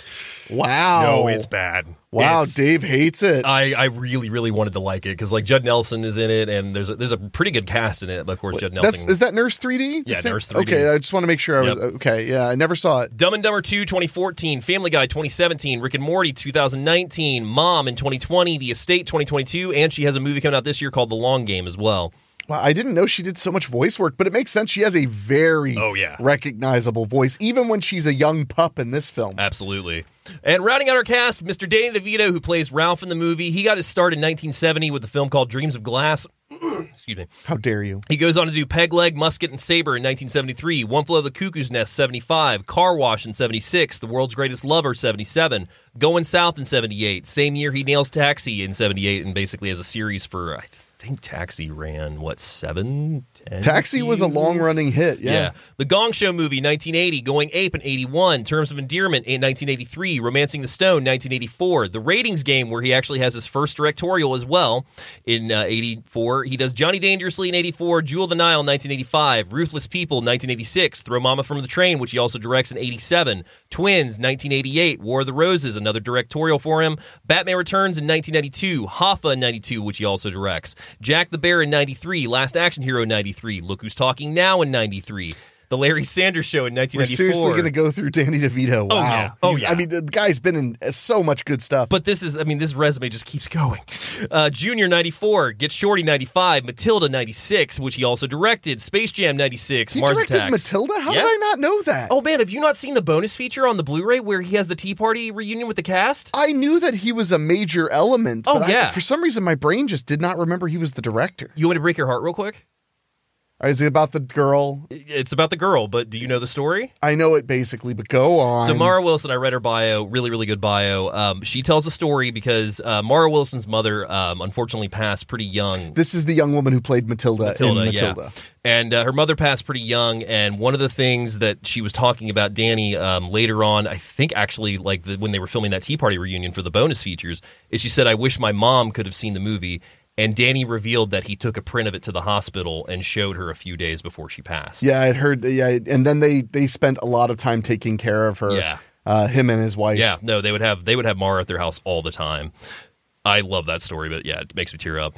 [SPEAKER 8] Wow.
[SPEAKER 9] No, it's bad.
[SPEAKER 8] Oh. Wow,
[SPEAKER 9] It's- Uh,
[SPEAKER 8] Dave hates it.
[SPEAKER 9] I, I really, really wanted to like it because like Judd Nelson is in it, and there's a, there's a pretty good cast in it. But of course, Judd
[SPEAKER 8] That's
[SPEAKER 9] Nelson.
[SPEAKER 8] is that Nurse 3D? The
[SPEAKER 9] Yeah,
[SPEAKER 8] same-
[SPEAKER 9] Nurse 3D.
[SPEAKER 8] Okay, I just want to make sure I was
[SPEAKER 9] Yep.
[SPEAKER 8] okay. Yeah, I never saw it.
[SPEAKER 9] Dumb and Dumber 2 2014, Family Guy 2017, Rick and Morty 2019, Mom in 2020, The Estate 2022, and she has a movie coming out this year called The Long Game as well.
[SPEAKER 8] Wow, I didn't know she did so much voice work, but it makes sense. She has a very
[SPEAKER 9] Oh, yeah.
[SPEAKER 8] recognizable voice, even when she's a young pup in this film.
[SPEAKER 9] Uh, Absolutely. And rounding out our cast, Mr. Danny DeVito, who plays Ralph in the movie, he got his start in 1970 with the film called Dreams of Glass. Excuse me.
[SPEAKER 8] How dare you?
[SPEAKER 9] He goes on to do Peg Leg, Musket, and Saber in 1973, One Flew of the Cuckoo's Nest 75, Car Wash in 76, The World's Greatest Lover 77, Going South in 78. Same year he nails Taxi in 78 and basically has a series for, I think Taxi ran, what, seven, ten?
[SPEAKER 8] Taxi was a
[SPEAKER 9] seasons?
[SPEAKER 8] long-running hit, yeah.
[SPEAKER 9] The Gong Show movie, 1980, Going Ape in 81, Terms of Endearment in 1983, Romancing the Stone, 1984, The Ratings Game, where he actually has his first directorial as well in uh, 84. He does Johnny Dangerously in 84, Jewel of the Nile in 1985, Ruthless People in 1986, Throw Mama from the Train, which he also directs in 87, Twins 1988, War of the Roses, another directorial for him, Batman Returns in 1992, Hoffa in 92, which he also directs, Jack the Bear in 93, Last Action Hero in 93, Look Who's Talking Now in 93, The Larry Sanders Show in
[SPEAKER 8] We're
[SPEAKER 9] 1994.
[SPEAKER 8] seriously going to go through Danny DeVito. Wow.
[SPEAKER 9] Oh, yeah. Oh,
[SPEAKER 8] He's- I
[SPEAKER 9] yeah.
[SPEAKER 8] mean, the guy's been in uh, so much good stuff.
[SPEAKER 9] But this is, I mean, this resume just keeps going. Uh, Junior 94, Get Shorty 95, Matilda 96, which he also directed, Space Jam 96,
[SPEAKER 8] he
[SPEAKER 9] Mars
[SPEAKER 8] directed
[SPEAKER 9] Attacks.
[SPEAKER 8] Matilda? How
[SPEAKER 9] Yeah.
[SPEAKER 8] did I not know that?
[SPEAKER 9] Oh man, have you not seen the bonus feature on the Blu-ray where he has the Tea Party reunion with the cast?
[SPEAKER 8] I knew that he was a major element.
[SPEAKER 9] Oh,
[SPEAKER 8] but I-
[SPEAKER 9] yeah.
[SPEAKER 8] for some reason, my brain just did not remember he was the director.
[SPEAKER 9] You want me to break your heart real quick?
[SPEAKER 8] Is it about the girl?
[SPEAKER 9] It's about the girl, but do you know the story?
[SPEAKER 8] I know it basically, but go on.
[SPEAKER 9] So Mara Wilson, I read her bio, really, really good bio. Um, she tells a story because uh, Mara Wilson's mother um, unfortunately passed pretty young.
[SPEAKER 8] this is the young woman who played Matilda, in Matilda.
[SPEAKER 9] yeah. And uh, her mother passed pretty young. And one of the things that she was talking about Danny um, later on, I think actually, like the, when they were filming that Tea Party reunion for the bonus features, is she said, "I wish my mom could have seen the movie." And Danny revealed that he took a print of it to the hospital and showed her a few days before she passed.
[SPEAKER 8] Yeah, I'd heard. Yeah, and then they they spent a lot of time taking care of her.
[SPEAKER 9] Yeah.
[SPEAKER 8] uh, him and his wife.
[SPEAKER 9] Yeah, no, they would have they would have Mara at their house all the time. I love that story, but yeah, it makes me tear up.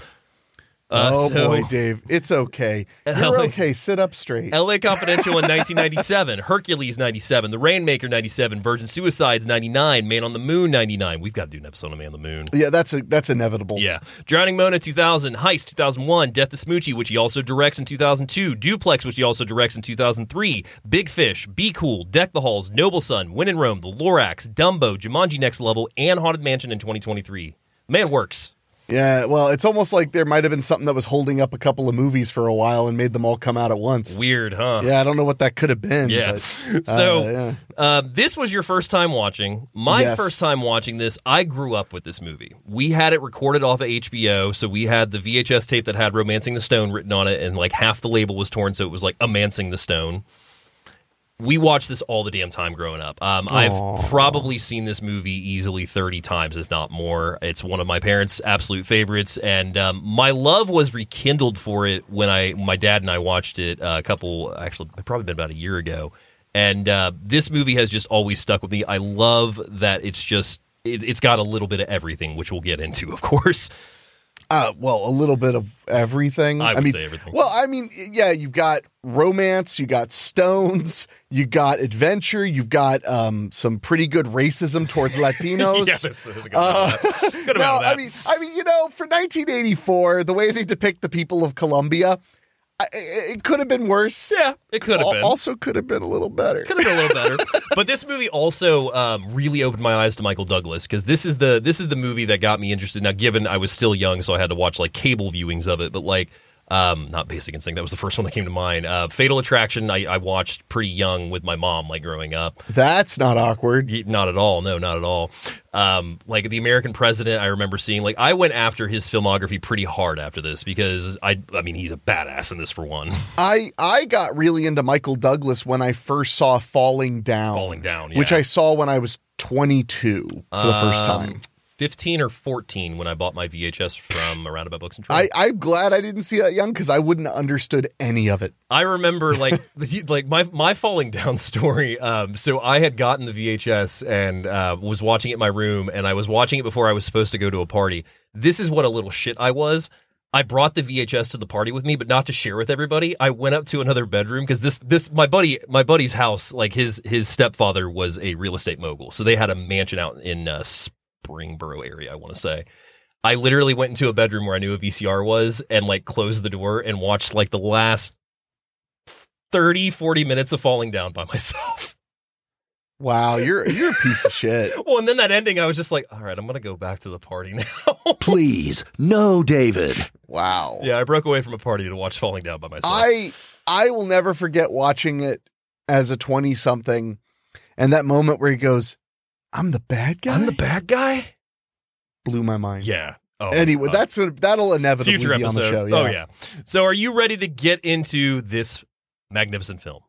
[SPEAKER 9] Uh,
[SPEAKER 8] oh
[SPEAKER 9] so-
[SPEAKER 8] boy, Dave, it's okay. You're okay. Sit up straight.
[SPEAKER 9] LA Confidential in 1997, Hercules 97, The Rainmaker 97, Virgin Suicides 99, Man on the Moon 99. We've got to do an episode on Man on the Moon.
[SPEAKER 8] yeah, that's a, that's inevitable.
[SPEAKER 9] Yeah. Drowning Mona 2000, Heist 2001, Death to Smoochie, which he also directs in 2002, Duplex, which he also directs in 2003, Big Fish, Be Cool, Deck the Halls, Noble Sun, Win and Rome, The Lorax, Dumbo, Jumanji Next Level, and Haunted Mansion in 2023. Man works.
[SPEAKER 8] Yeah, well, it's almost like there might have been something that was holding up a couple of movies for a while and made them all come out at once.
[SPEAKER 9] Weird, huh?
[SPEAKER 8] Yeah, I don't know what that could have been.
[SPEAKER 9] Yeah.
[SPEAKER 8] but, uh,
[SPEAKER 9] so
[SPEAKER 8] yeah.
[SPEAKER 9] uh, this was your first time watching. My
[SPEAKER 8] Yes.
[SPEAKER 9] first time watching this, I grew up with this movie. We had it recorded off of HBO, so we had the VHS tape that had "Romancing the Stone" written on it, and like half the label was torn, so it was like "Amancing the Stone." We watched this all the damn time growing up. Um, I've probably seen this movie easily 30 times, if not more. It's one of my parents' absolute favorites. And um, my love was rekindled for it when I, my dad and I watched it uh, a couple, actually, it'd probably been about a year ago. And uh, this movie has just always stuck with me. I love that it's just, it, it's got a little bit of everything, which we'll get into, of course.
[SPEAKER 8] Uh, well, a little bit of everything.
[SPEAKER 9] I would
[SPEAKER 8] mean,
[SPEAKER 9] say everything.
[SPEAKER 8] Well, I mean, yeah, you've got romance, you got stones, you got adventure, you've got um, some pretty good racism towards Latinos.
[SPEAKER 9] yeah, there's, there's a good
[SPEAKER 8] Uh,
[SPEAKER 9] amount of that. Good amount of
[SPEAKER 8] I
[SPEAKER 9] that.
[SPEAKER 8] mean, I mean, you know, for 1984, the way they depict the people of Colombia, I, it could have been worse.
[SPEAKER 9] Yeah, it could have been.
[SPEAKER 8] Also, could have been a little better.
[SPEAKER 9] could have been a little better. but this movie also um, really opened my eyes to Michael Douglas because this is the this is the movie that got me interested. Now, given I was still young, so I had to watch like cable viewings of it, but like. Um, not Basic Instinct. That was the first one that came to mind. Uh, Fatal Attraction. I, I watched pretty young with my mom, like growing up.
[SPEAKER 8] That's not awkward.
[SPEAKER 9] Y- Not at all. No, not at all. Um, like the American President, I remember seeing. Like I went after his filmography pretty hard after this because I, I mean, he's a badass in this for one.
[SPEAKER 8] I I got really into Michael Douglas when I first saw Falling Down.
[SPEAKER 9] Falling Down,
[SPEAKER 8] which
[SPEAKER 9] yeah.
[SPEAKER 8] I saw when I was 22 for the first
[SPEAKER 9] Um,
[SPEAKER 8] time.
[SPEAKER 9] 15 or 14 when I bought my VHS from Around About Books and Trade.
[SPEAKER 8] I, I'm glad I didn't see that young because I wouldn't have understood any of it.
[SPEAKER 9] I remember like the- like my my falling down story. Um, so I had gotten the VHS and uh, was watching it in my room, and I was watching it before I was supposed to go to a party. This is what a little shit I was. I brought the VHS to the party with me, but not to share with everybody. I went up to another bedroom because this this my buddy my buddy's house like his his stepfather was a real estate mogul, so they had a mansion out in uh, Springboro area. I want to say. I literally went into a bedroom where I knew a VCR was and like closed the door and watched like the last 30 40 minutes of falling down by myself
[SPEAKER 8] Wow, you're you're a piece of shit.
[SPEAKER 9] well and then that ending i was just like all right i'm gonna go back to the party now
[SPEAKER 7] Please, no, David.
[SPEAKER 8] Wow.
[SPEAKER 9] yeah i broke away from a party to watch falling down by myself
[SPEAKER 8] I I will never forget watching it as a 20 something and that moment where he goes, "I'm the bad guy." I'm the
[SPEAKER 9] bad guy.
[SPEAKER 8] Blew my mind.
[SPEAKER 9] yeah oh my
[SPEAKER 8] anyway,
[SPEAKER 9] God.
[SPEAKER 8] that's a, that'll inevitably
[SPEAKER 9] future
[SPEAKER 8] be on
[SPEAKER 9] episode
[SPEAKER 8] the show.
[SPEAKER 9] oh yeah so are you ready to get into this magnificent film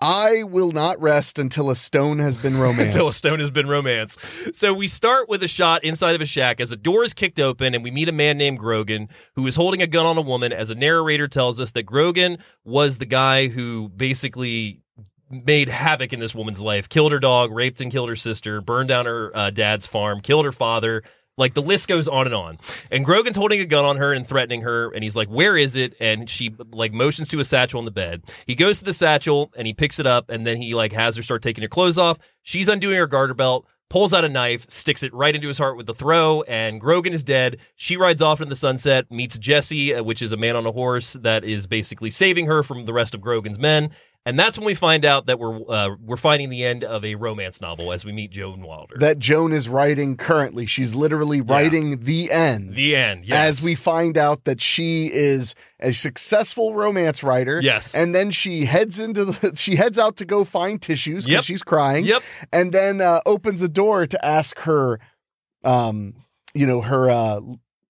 [SPEAKER 8] I will not rest until a stone has been romanced.
[SPEAKER 9] Until a stone has been romance. So we start with a shot inside of a shack as a door is kicked open and we meet a man named Grogan who is holding a gun on a woman as a narrator tells us that Grogan was the guy who basically made havoc in this woman's life, killed her dog, raped and killed her sister, burned down her uh, dad's farm, killed her father. Like the list goes on and on. And Grogan's holding a gun on her and threatening her and he's like, "Where is it?" and she like motions to a satchel on the bed. He goes to the satchel and he picks it up and then he like has her start taking her clothes off. She's undoing her garter belt, pulls out a knife, sticks it right into his heart with the throw, and Grogan is dead. She rides off into the sunset, meets Jesse, uh, which is a man on a horse that is basically saving her from the rest of Grogan's men. And that's when we find out that we're uh, we're finding the end of a romance novel as we meet Joan Wilder.
[SPEAKER 8] That Joan is writing currently. She's literally writing the end.
[SPEAKER 9] The end. Yes.
[SPEAKER 8] As we find out that she is a successful romance writer.
[SPEAKER 9] Yes.
[SPEAKER 8] And then she heads into the she heads out to go find tissues because
[SPEAKER 9] Yep.
[SPEAKER 8] she's crying.
[SPEAKER 9] Yep.
[SPEAKER 8] And then uh, opens a door to ask her um you know her uh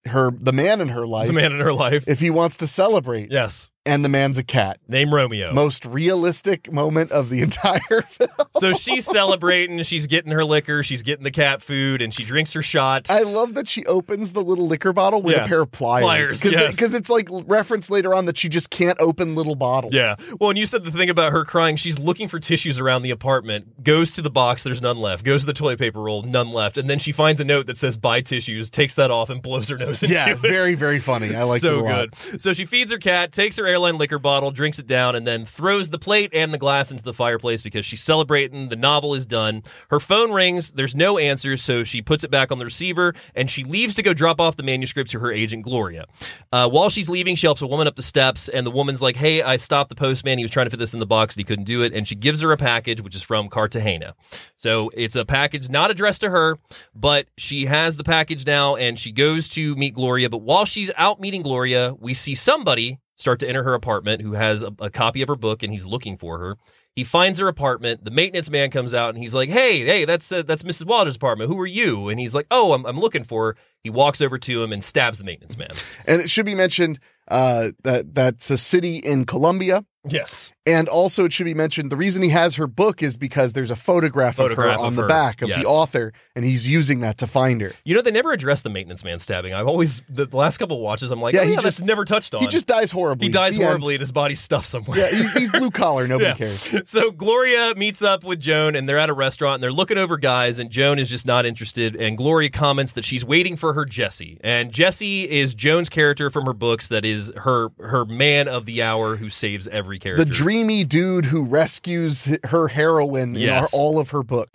[SPEAKER 8] her the man in her life
[SPEAKER 9] the man in her life.
[SPEAKER 8] if he wants to celebrate.
[SPEAKER 9] Yes.
[SPEAKER 8] And the man's a cat.
[SPEAKER 9] Name Romeo.
[SPEAKER 8] Most realistic moment of the entire film.
[SPEAKER 9] so she's celebrating. She's getting her liquor. She's getting the cat food, and she drinks her shot.
[SPEAKER 8] I love that she opens the little liquor bottle with
[SPEAKER 9] Yeah.
[SPEAKER 8] a pair of pliers
[SPEAKER 9] Pliers, yes.
[SPEAKER 8] because it's like reference later on that she just can't open little bottles.
[SPEAKER 9] Yeah. Well, and you said the thing about her crying. She's looking for tissues around the apartment, goes to the box, there's none left, goes to the toilet paper roll, none left. And then she finds a note that says buy tissues, takes that off, and blows her nose into
[SPEAKER 8] yeah,
[SPEAKER 9] it.
[SPEAKER 8] very very funny. I like
[SPEAKER 9] so
[SPEAKER 8] it a lot.
[SPEAKER 9] good. So she feeds her cat, takes her airline liquor bottle, drinks it down, and then throws the plate and the glass into the fireplace because she's celebrating. The novel is done. Her phone rings. There's no answer, so she puts it back on the receiver and she leaves to go drop off the manuscript to her agent, Gloria. Uh, while she's leaving, she helps a woman up the steps, and the woman's like, Hey, I stopped the postman. He was trying to fit this in the box and he couldn't do it. And she gives her a package, which is from Cartagena. So it's a package not addressed to her, but she has the package now and she goes to meet Gloria. But while she's out meeting Gloria, we see somebody start to enter her apartment who has a, a copy of her book and he's looking for her. He finds her apartment. The maintenance man comes out and he's like, "Hey, hey, that's uh, that's Mrs. Waters' apartment. Who are you?" And he's like, "Oh, I'm, I'm looking for her." He walks over to him and stabs the maintenance man.
[SPEAKER 8] And it should be mentioned uh, that that's a city in Colombia.
[SPEAKER 9] Yes.
[SPEAKER 8] And also, it should be mentioned the reason he has her book is because there's a photograph,
[SPEAKER 9] Photograph
[SPEAKER 8] of
[SPEAKER 9] of
[SPEAKER 8] her on
[SPEAKER 9] her,
[SPEAKER 8] the back of
[SPEAKER 9] yes.
[SPEAKER 8] the author, and he's using that to find her.
[SPEAKER 9] You know they never address the maintenance man stabbing. I've always the, the last couple watches I'm like,
[SPEAKER 8] Yeah,
[SPEAKER 9] "Oh,
[SPEAKER 8] he
[SPEAKER 9] yeah,
[SPEAKER 8] just-
[SPEAKER 9] that's never touched on."
[SPEAKER 8] He just dies horribly.
[SPEAKER 9] He dies
[SPEAKER 8] The end.
[SPEAKER 9] horribly and his body's stuffed somewhere.
[SPEAKER 8] Yeah, he's, he's blue collar. Nobody
[SPEAKER 9] Yeah.
[SPEAKER 8] cares.
[SPEAKER 9] So Gloria meets up with Joan and they're at a restaurant and they're looking over guys and Joan is just not interested and Gloria comments that she's waiting for her Jesse. And Jesse is Joan's character from her books that is her her man of the hour who saves every character.
[SPEAKER 8] The dreamy dude who rescues h- her heroine
[SPEAKER 9] Yes.
[SPEAKER 8] in our, all of her book.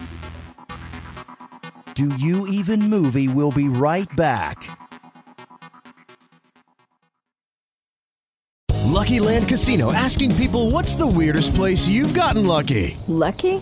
[SPEAKER 7] Do You Even Movie will be right back.
[SPEAKER 14] Lucky Land Casino asking people what's the weirdest place you've gotten lucky?
[SPEAKER 4] Lucky?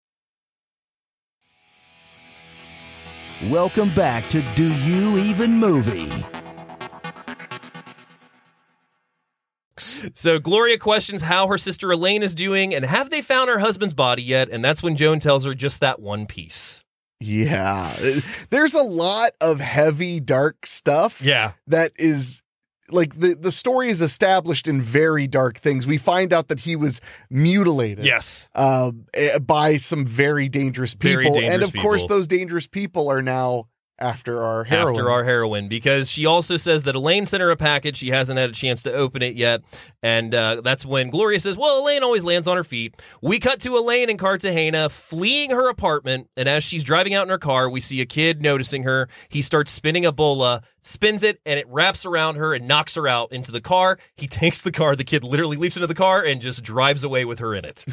[SPEAKER 7] Welcome back to Do You Even Movie?
[SPEAKER 9] So Gloria questions how her sister Elaine is doing and have they found her husband's body yet? And that's when Joan tells her just that one piece.
[SPEAKER 8] Yeah. There's a lot of heavy, dark stuff.
[SPEAKER 9] Yeah.
[SPEAKER 8] That is like the, the story is established in very dark things. We find out that he was mutilated.
[SPEAKER 9] Yes.
[SPEAKER 8] Uh, eh, by some very dangerous people.
[SPEAKER 9] Very
[SPEAKER 8] and
[SPEAKER 9] dangerous
[SPEAKER 8] of course,
[SPEAKER 9] people.
[SPEAKER 8] those dangerous people are now after our heroine.
[SPEAKER 9] after our heroine because she also says that Elaine sent her a package. She hasn't had a chance to open it yet. And uh, that's when Gloria says, Well, Elaine always lands on her feet. We cut to Elaine in Cartagena fleeing her apartment. And as she's driving out in her car, we see a kid noticing her. He starts spinning a bola, spins it, and it wraps around her and knocks her out into the car. He takes the car. The kid literally leaps into the car and just drives away with her in it.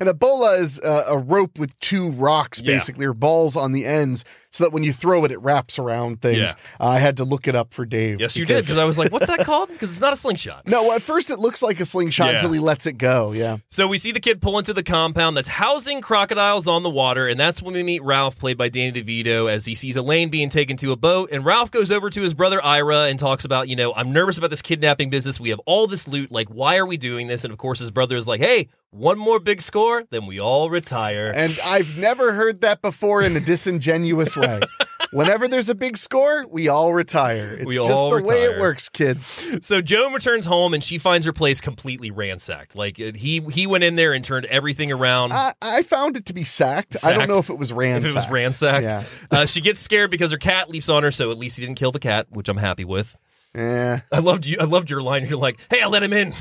[SPEAKER 8] And a bola is uh, a rope with two rocks,
[SPEAKER 9] Yeah.
[SPEAKER 8] basically, or balls on the ends, so that when you throw it, it wraps around things.
[SPEAKER 9] Yeah.
[SPEAKER 8] I had to look it up for Dave.
[SPEAKER 9] Yes, you did. Because I was like, What's that called? Because it's not a slingshot.
[SPEAKER 8] No, at first it looks like a slingshot
[SPEAKER 9] Yeah.
[SPEAKER 8] until he lets it go. Yeah.
[SPEAKER 9] So we see the kid pull into the compound that's housing crocodiles on the water, and that's when we meet Ralph, played by Danny DeVito, as he sees Elaine being taken to a boat. And Ralph goes over to his brother Ira and talks about, you know, I'm nervous about this kidnapping business. We have all this loot. Like, why are we doing this? And of course, his brother is like, hey, one more big score, then we all retire.
[SPEAKER 8] And I've never heard that before in a disingenuous way. Whenever there's a big score, we all retire. It's
[SPEAKER 9] We
[SPEAKER 8] just
[SPEAKER 9] all
[SPEAKER 8] the way it
[SPEAKER 9] retire.
[SPEAKER 8] works, kids.
[SPEAKER 9] so Joan returns home, and she finds her place completely ransacked. Like, it- he he went in there and turned everything around.
[SPEAKER 8] I, I found it to be sacked. I don't
[SPEAKER 9] Um, Sacked.
[SPEAKER 8] know if it was ransacked.
[SPEAKER 9] If it was ransacked.
[SPEAKER 8] Yeah.
[SPEAKER 9] Uh, she gets scared because her cat leaps on her, so at least he didn't kill the cat, which I'm happy with.
[SPEAKER 8] Yeah.
[SPEAKER 9] I loved you. I loved your line. You're like, "Hey, I let him in."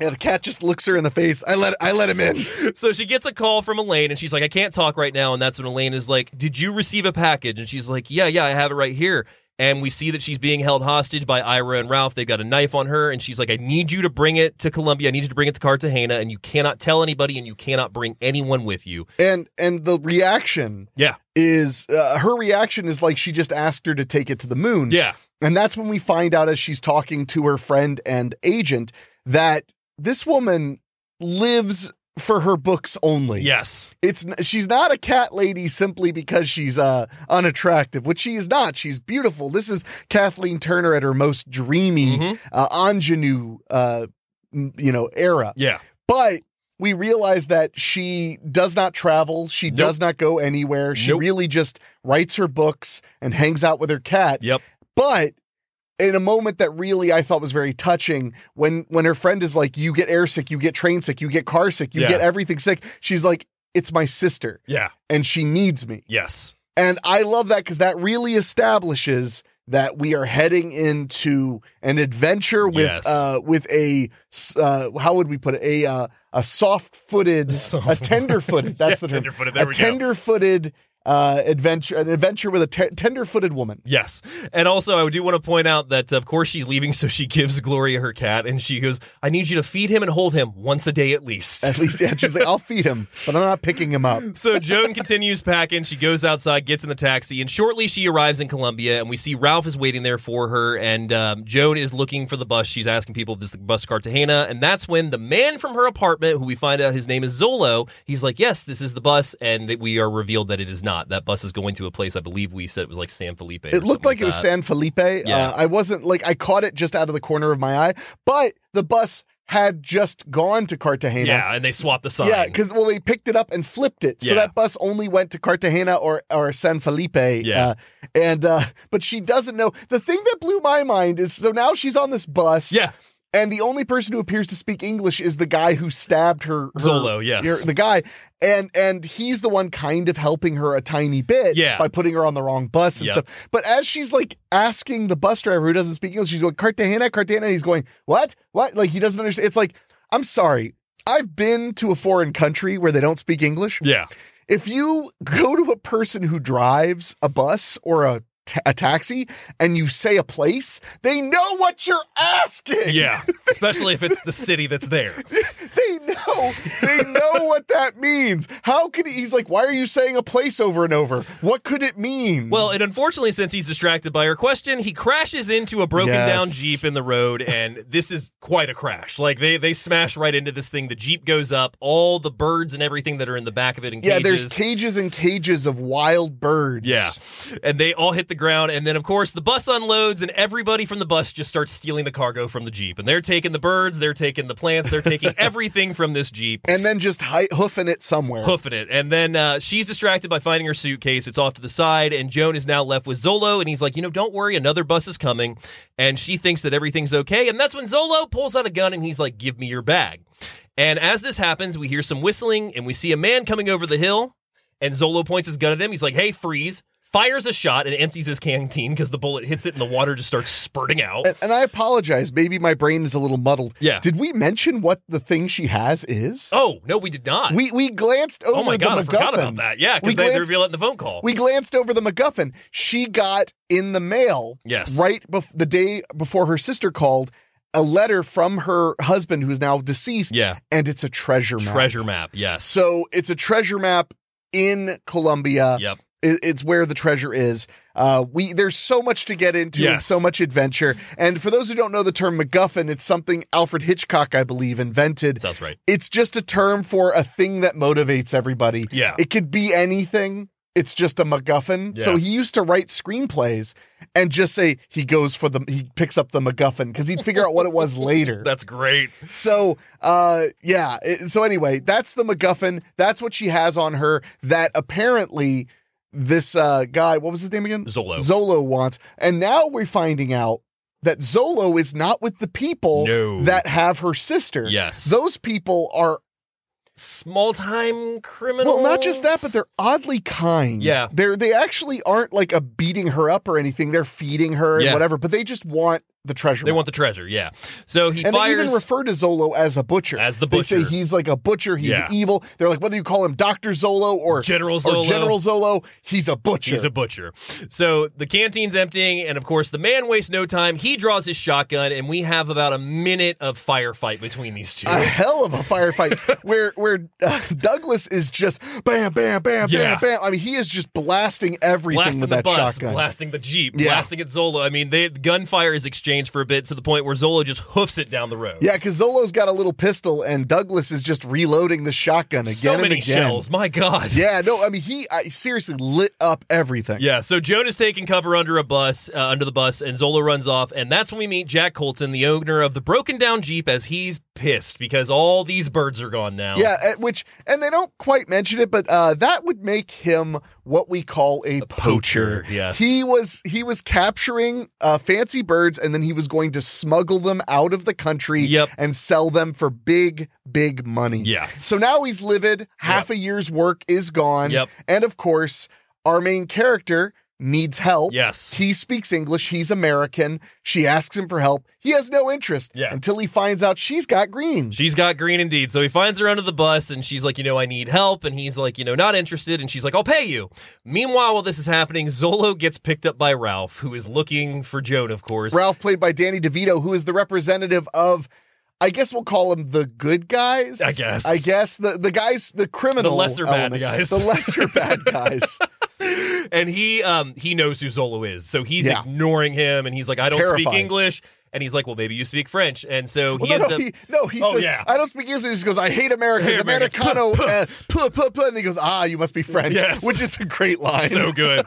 [SPEAKER 8] yeah, the cat just looks her in the face. I let I let him in.
[SPEAKER 9] so she gets a call from Elaine, and she's like, "I can't talk right now." And that's when Elaine is like, "Did you receive a package?" And she's like, "Yeah, yeah, I have it right here." And we see that she's being held hostage by Ira and Ralph. They've got a knife on her, and she's like, "I need you to bring it to Columbia. I need you to bring it to Cartagena, and you cannot tell anybody, and you cannot bring anyone with you."
[SPEAKER 8] And and the reaction
[SPEAKER 9] Yeah.
[SPEAKER 8] is uh, her reaction is like she just asked her to take it to the moon.
[SPEAKER 9] Yeah.
[SPEAKER 8] And that's when we find out as she's talking to her friend and agent that this woman lives for her books only.
[SPEAKER 9] Yes.
[SPEAKER 8] It's n- she's not a cat lady simply because she's uh unattractive, which she is not. She's beautiful. This is Kathleen Turner at her most dreamy
[SPEAKER 9] Mm-hmm.
[SPEAKER 8] uh, ingenue uh m- you know era.
[SPEAKER 9] Yeah.
[SPEAKER 8] But we realize that she does not travel. She does not go anywhere. She
[SPEAKER 9] Nope.
[SPEAKER 8] really just writes her books and hangs out with her cat.
[SPEAKER 9] Yep.
[SPEAKER 8] But in a moment that really I thought was very touching, when when her friend is like, "You get airsick, you get train sick, you get car sick, you
[SPEAKER 9] Yeah.
[SPEAKER 8] get everything sick," she's like, it's my sister.
[SPEAKER 9] Yeah.
[SPEAKER 8] And she needs me.
[SPEAKER 9] Yes.
[SPEAKER 8] And I love that because that really establishes that we are heading into an adventure with
[SPEAKER 9] Yes.
[SPEAKER 8] uh with a uh how would we put it a uh, a soft-footed a tender-footed that's
[SPEAKER 9] Yeah,
[SPEAKER 8] the term
[SPEAKER 9] tender-footed, there
[SPEAKER 8] a
[SPEAKER 9] we go.
[SPEAKER 8] tender-footed uh adventure an adventure with a te- tender-footed woman
[SPEAKER 9] Yes. And also, I do want to point out that, of course, she's leaving, so she gives Gloria her cat and she goes, I need you to feed him and hold him once a day at least.
[SPEAKER 8] at least yeah she's like I'll feed him but I'm not picking him up
[SPEAKER 9] so Joan continues packing. She goes outside, gets in the taxi, and shortly she arrives in Columbia. And we see Ralph is waiting there for her. And um, Joan is looking for the bus. She's asking people if this is the bus to Cartagena. And that's when the man from her apartment, who we find out his name is Zolo, he's like, "Yes, this is the bus." And that we are revealed that it is not. That bus is going to a place. I believe we said it was like San Felipe. or
[SPEAKER 8] It
[SPEAKER 9] something
[SPEAKER 8] looked like it was
[SPEAKER 9] that.
[SPEAKER 8] San Felipe.
[SPEAKER 9] Yeah.
[SPEAKER 8] Uh, I wasn't like I caught it just out of the corner of my eye, but the bus had just gone to Cartagena.
[SPEAKER 9] Yeah, and they swapped the sign.
[SPEAKER 8] Yeah, because well, they picked it up and flipped it, so
[SPEAKER 9] Yeah.
[SPEAKER 8] that bus only went to Cartagena or or San Felipe. Yeah, and uh, but she doesn't know. The thing that blew my mind is so now she's on this bus.
[SPEAKER 9] Yeah.
[SPEAKER 8] And the only person who appears to speak English is the guy who stabbed her. her-
[SPEAKER 9] Zolo, yes.
[SPEAKER 8] her- the guy, and and he's the one kind of helping her a tiny bit.
[SPEAKER 9] Yeah.
[SPEAKER 8] by putting her on the wrong bus and
[SPEAKER 9] Yep.
[SPEAKER 8] stuff. But as she's like asking the bus driver who doesn't speak English, she's going, Cartagena, Cartagena. And he's going, What? What? Like he doesn't understand. It's like, I'm sorry. I've been to a foreign country where they don't speak English.
[SPEAKER 9] Yeah.
[SPEAKER 8] If you go to a person who drives a bus or a ta- a taxi and you say a place, they know what you're asking.
[SPEAKER 9] Yeah, especially if it's the city that's there.
[SPEAKER 8] They know. They know what that means. How could he? He's like, why are you saying a place over and over? What could it mean?
[SPEAKER 9] Well, and unfortunately, since he's distracted by her question, he crashes into a broken
[SPEAKER 8] Yes.
[SPEAKER 9] down Jeep in the road, and this is quite a crash. Like they they smash right into this thing. The Jeep goes up, all the birds and everything that are in the back of it. In
[SPEAKER 8] Yeah,
[SPEAKER 9] cages.
[SPEAKER 8] there's cages and cages of wild birds.
[SPEAKER 9] Yeah. And they all hit the ground. And then, of course, the bus unloads, and everybody from the bus just starts stealing the cargo from the Jeep. And they're taking the birds, they're taking the plants, they're taking everything from this Jeep.
[SPEAKER 8] And then just hi- hoofing it somewhere.
[SPEAKER 9] Hoofing it. And then uh, she's distracted by finding her suitcase. It's off to the side, and Joan is now left with Zolo. And he's like, You know, don't worry, another bus is coming. And she thinks that everything's okay. And that's when Zolo pulls out a gun and he's like, Give me your bag. And as this happens, we hear some whistling and we see a man coming over the hill. And Zolo points his gun at him. He's like, Hey, freeze. Fires a shot and empties his canteen because the bullet hits it and the water just starts spurting out.
[SPEAKER 8] And, and I apologize. Maybe my brain is a little muddled.
[SPEAKER 9] Yeah.
[SPEAKER 8] Did we mention what the thing she has is?
[SPEAKER 9] Oh, no, we did not.
[SPEAKER 8] We we glanced over
[SPEAKER 9] oh my God, I
[SPEAKER 8] the
[SPEAKER 9] forgot about
[SPEAKER 8] MacGuffin.
[SPEAKER 9] that. Yeah,
[SPEAKER 8] We
[SPEAKER 9] because they, they
[SPEAKER 8] glanced-
[SPEAKER 9] reveal it in the phone call.
[SPEAKER 8] We glanced over the MacGuffin. She got in the mail.
[SPEAKER 9] Yes.
[SPEAKER 8] Right bef- the day before her sister called, a letter from her husband who is now deceased.
[SPEAKER 9] Yeah.
[SPEAKER 8] And it's a treasure map.
[SPEAKER 9] Treasure map, yes.
[SPEAKER 8] So it's a treasure map in Colombia.
[SPEAKER 9] Yep.
[SPEAKER 8] I- It's where the treasure is. Uh, we there's so much to get into and
[SPEAKER 9] Yes.
[SPEAKER 8] so much adventure. And for those who don't know the term MacGuffin, it's something Alfred Hitchcock, I believe, invented.
[SPEAKER 9] Sounds right.
[SPEAKER 8] It's just a term for a thing that motivates everybody.
[SPEAKER 9] Yeah.
[SPEAKER 8] It could be anything. It's just a MacGuffin. So
[SPEAKER 9] Yeah.
[SPEAKER 8] he used to write screenplays and just say he goes for the he picks up the MacGuffin because he'd figure out what it was later.
[SPEAKER 9] That's great.
[SPEAKER 8] So, uh, yeah. it- So anyway, that's the MacGuffin. That's what she has on her. That apparently this uh, guy, what was his name again?
[SPEAKER 9] Zolo.
[SPEAKER 8] Zolo wants, and now we're finding out that Zolo is not with the people
[SPEAKER 9] No.
[SPEAKER 8] that have her sister.
[SPEAKER 9] Yes.
[SPEAKER 8] those people are
[SPEAKER 9] small time criminals.
[SPEAKER 8] well, not just that, but they're oddly kind.
[SPEAKER 9] Yeah.
[SPEAKER 8] they're they actually aren't like a beating her up or anything. They're feeding her and
[SPEAKER 9] Yeah.
[SPEAKER 8] whatever, but they just want the treasure.
[SPEAKER 9] they want the treasure. Yeah. So he
[SPEAKER 8] and
[SPEAKER 9] fires.
[SPEAKER 8] they even refer to Zolo as a butcher.
[SPEAKER 9] As the
[SPEAKER 8] They say
[SPEAKER 9] butcher.
[SPEAKER 8] he's like a butcher. He's
[SPEAKER 9] Yeah.
[SPEAKER 8] evil. They're like, whether you call him Dr. Zolo or
[SPEAKER 9] General
[SPEAKER 8] or
[SPEAKER 9] Zolo.
[SPEAKER 8] General Zolo, he's a butcher.
[SPEAKER 9] He's a butcher. So the canteen's emptying, and of course, the man wastes no time. He draws his shotgun, and we have about a minute of firefight between these two.
[SPEAKER 8] a hell of a firefight where where uh, Douglas is just bam, bam, bam,
[SPEAKER 9] Yeah.
[SPEAKER 8] bam, bam. I mean, he is just blasting everything
[SPEAKER 9] blasting
[SPEAKER 8] with
[SPEAKER 9] the
[SPEAKER 8] that
[SPEAKER 9] bus,
[SPEAKER 8] shotgun.
[SPEAKER 9] blasting the jeep,
[SPEAKER 8] Yeah.
[SPEAKER 9] blasting at Zola. I mean, they, gunfire is exchanged for a bit to the point where Zola just hoofs it down the road.
[SPEAKER 8] Yeah, because Zolo's got a little pistol, and Douglas is just reloading the shotgun again
[SPEAKER 9] so many
[SPEAKER 8] and again.
[SPEAKER 9] shells. My God.
[SPEAKER 8] Yeah, no, I mean he I, seriously lit up everything.
[SPEAKER 9] Yeah, so Joan is taking cover under a bus, uh, under the bus, and Zola runs off, and that's when we meet Jack Colton, the owner of the broken down Jeep, as he's pissed because all these birds are gone now.
[SPEAKER 8] Yeah, at which and they don't quite mention it, but uh, that would make him what we call a, poacher.
[SPEAKER 9] poacher, yes.
[SPEAKER 8] he was he was capturing uh, fancy birds and then he was going to smuggle them out of the country and sell them for big big money.
[SPEAKER 9] Yeah.
[SPEAKER 8] So now he's livid. Half a year's work is gone. Yep. And of course, our main character needs help.
[SPEAKER 9] Yes.
[SPEAKER 8] He speaks English. He's American. She asks him for help. He has no interest
[SPEAKER 9] Yeah.
[SPEAKER 8] until he finds out she's got green.
[SPEAKER 9] She's got green indeed. So he finds her under the bus and she's like, you know, I need help. And he's like, you know, not interested. And she's like, I'll pay you. Meanwhile, while this is happening, Zolo gets picked up by Ralph, who is looking for Joan, of course.
[SPEAKER 8] Ralph, played by Danny DeVito, who is the representative of, I guess we'll call him the good guys.
[SPEAKER 9] I guess.
[SPEAKER 8] I guess the the guys, the criminal,
[SPEAKER 9] The lesser bad
[SPEAKER 8] element.
[SPEAKER 9] guys.
[SPEAKER 8] the lesser bad guys.
[SPEAKER 9] and he um he knows who Zolo is. So he's
[SPEAKER 8] Yeah.
[SPEAKER 9] ignoring him and he's like, I don't speak
[SPEAKER 8] Terrified.
[SPEAKER 9] English. And he's like, Well, maybe you speak French. And so
[SPEAKER 8] Well,
[SPEAKER 9] he
[SPEAKER 8] no,
[SPEAKER 9] ends
[SPEAKER 8] no,
[SPEAKER 9] up
[SPEAKER 8] he, no, he
[SPEAKER 9] Oh,
[SPEAKER 8] says,
[SPEAKER 9] yeah.
[SPEAKER 8] I don't speak English. He just goes, I hate Americans.
[SPEAKER 9] Hate Americans. Puh,
[SPEAKER 8] Americano. uh, puh, puh, puh," and he goes, ah, you must be French,
[SPEAKER 9] Yes.
[SPEAKER 8] which is a great line.
[SPEAKER 9] So good.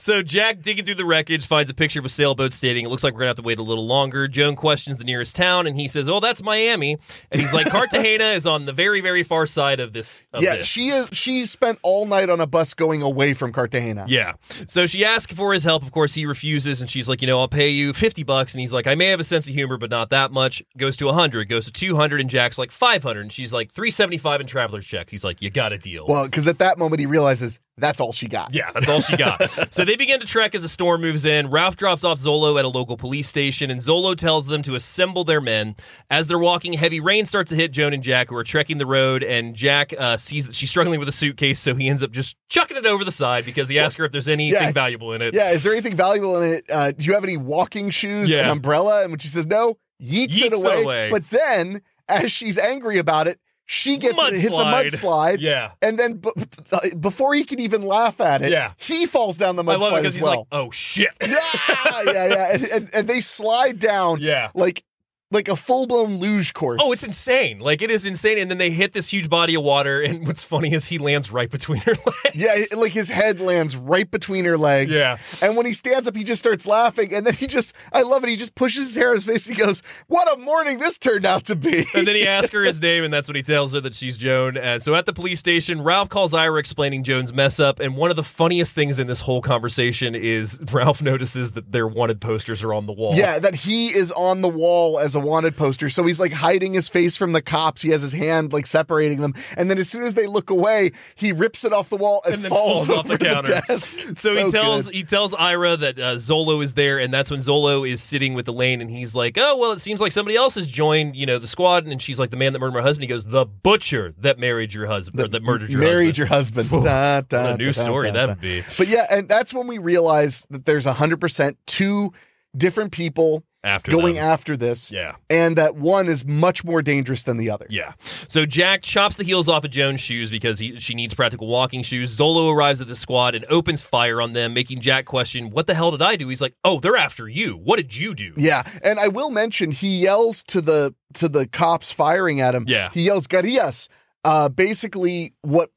[SPEAKER 9] so Jack digging through the wreckage finds a picture of a sailboat stating it looks like we're gonna have to wait a little longer. Joan questions the nearest town and he says, "Oh, that's Miami." And he's like, "Cartagena is on the very, very far side of this." Of
[SPEAKER 8] yeah,
[SPEAKER 9] this.
[SPEAKER 8] she is. She spent all night on a bus going away from Cartagena.
[SPEAKER 9] Yeah. So she asks for his help. Of course, he refuses, and she's like, you know, I'll pay you 50 bucks. And he's like, I may have a sense of humor, but not that much. Goes to 100, goes to 200, and Jack's like 500. And she's like, 375 in traveler's check. He's like, you got a deal.
[SPEAKER 8] Well, because at that moment he realizes that's all she got.
[SPEAKER 9] Yeah, that's all she got. so they begin to trek as the storm moves in. Ralph drops off Zolo at a local police station, and Zolo tells them to assemble their men. As they're walking, heavy rain starts to hit Joan and Jack, who are trekking the road. And Jack uh, sees that she's struggling with a suitcase, so he ends up just chucking it over the side because he asks her if there's anything
[SPEAKER 8] Yeah.
[SPEAKER 9] valuable in it.
[SPEAKER 8] Yeah, is there anything valuable in it? Uh, do you have any walking shoes, an
[SPEAKER 9] Yeah.
[SPEAKER 8] umbrella? And when she says no, yeets, it,
[SPEAKER 9] Yeets it
[SPEAKER 8] away.
[SPEAKER 9] away.
[SPEAKER 8] But then, as she's angry about it, she gets hits a
[SPEAKER 9] Mudslide.
[SPEAKER 8] mudslide.
[SPEAKER 9] Yeah.
[SPEAKER 8] and then b- b- before he can even laugh at it,
[SPEAKER 9] Yeah.
[SPEAKER 8] he falls down the mudslide
[SPEAKER 9] I love it because
[SPEAKER 8] as
[SPEAKER 9] he's like,
[SPEAKER 8] well.
[SPEAKER 9] oh shit.
[SPEAKER 8] yeah, yeah, yeah, and, and, and they slide down.
[SPEAKER 9] Yeah.
[SPEAKER 8] like like a full blown luge course.
[SPEAKER 9] Oh, it's insane. Like it is insane. And then they hit this huge body of water. And what's funny is he lands right between her legs.
[SPEAKER 8] Yeah, it- like his head lands right between her legs.
[SPEAKER 9] Yeah.
[SPEAKER 8] And when he stands up, he just starts laughing. And then he just, I love it. He just pushes his hair in his face. And he goes, What a morning this turned out to be.
[SPEAKER 9] And then he asks her his name, and that's when he tells her that she's Joan. And so at the police station, Ralph calls Ira explaining Joan's mess up. And one of the funniest things in this whole conversation is Ralph notices that their wanted posters are on the wall.
[SPEAKER 8] Yeah, that he is on the wall as a wanted poster. So he's like hiding his face from the cops. He has his hand like separating them. And then as soon as they look away, he rips it off the wall and,
[SPEAKER 9] and then
[SPEAKER 8] falls,
[SPEAKER 9] falls, off the
[SPEAKER 8] over
[SPEAKER 9] counter.
[SPEAKER 8] desk. It's
[SPEAKER 9] So, he tells
[SPEAKER 8] good.
[SPEAKER 9] he tells Ira that uh, Zolo is there, and that's when Zolo is sitting with Elaine, and he's like, "Oh well, it seems like somebody else has joined, you know, the squad." And she's like, "The man that murdered my husband." He goes, "The butcher that married your husband, or that murdered your
[SPEAKER 8] married
[SPEAKER 9] husband."
[SPEAKER 8] your husband. Da, da,
[SPEAKER 9] what a new
[SPEAKER 8] da, da,
[SPEAKER 9] story
[SPEAKER 8] da,
[SPEAKER 9] that
[SPEAKER 8] da.
[SPEAKER 9] would be.
[SPEAKER 8] But yeah, and that's when we realize that there's 100% two different people
[SPEAKER 9] After
[SPEAKER 8] going
[SPEAKER 9] them.
[SPEAKER 8] after this.
[SPEAKER 9] Yeah.
[SPEAKER 8] And that one is much more dangerous than the other.
[SPEAKER 9] Yeah. So Jack chops the heels off of Joan's shoes because he, she needs practical walking shoes. Zolo arrives at the squad and opens fire on them, making Jack question, "What the hell did I do?" He's like, "Oh, they're after you. What did you do?"
[SPEAKER 8] Yeah. And I will mention he yells to the to the cops firing at him.
[SPEAKER 9] Yeah.
[SPEAKER 8] He yells Garias. Uh basically what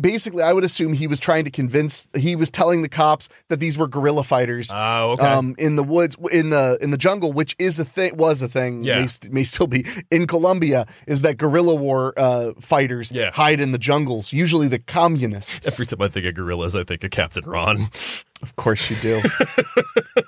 [SPEAKER 8] basically I would assume he was trying to convince he was telling the cops that these were guerrilla fighters.
[SPEAKER 9] Oh, okay.
[SPEAKER 8] um, in the woods in the in the jungle, which is a thing was a thing
[SPEAKER 9] Yeah.
[SPEAKER 8] may, st- may still be in Colombia, is that guerrilla war uh, fighters
[SPEAKER 9] Yeah.
[SPEAKER 8] hide in the jungles, usually the communists.
[SPEAKER 9] Every time I think of gorillas, I think of Captain Ron.
[SPEAKER 8] Of course you do.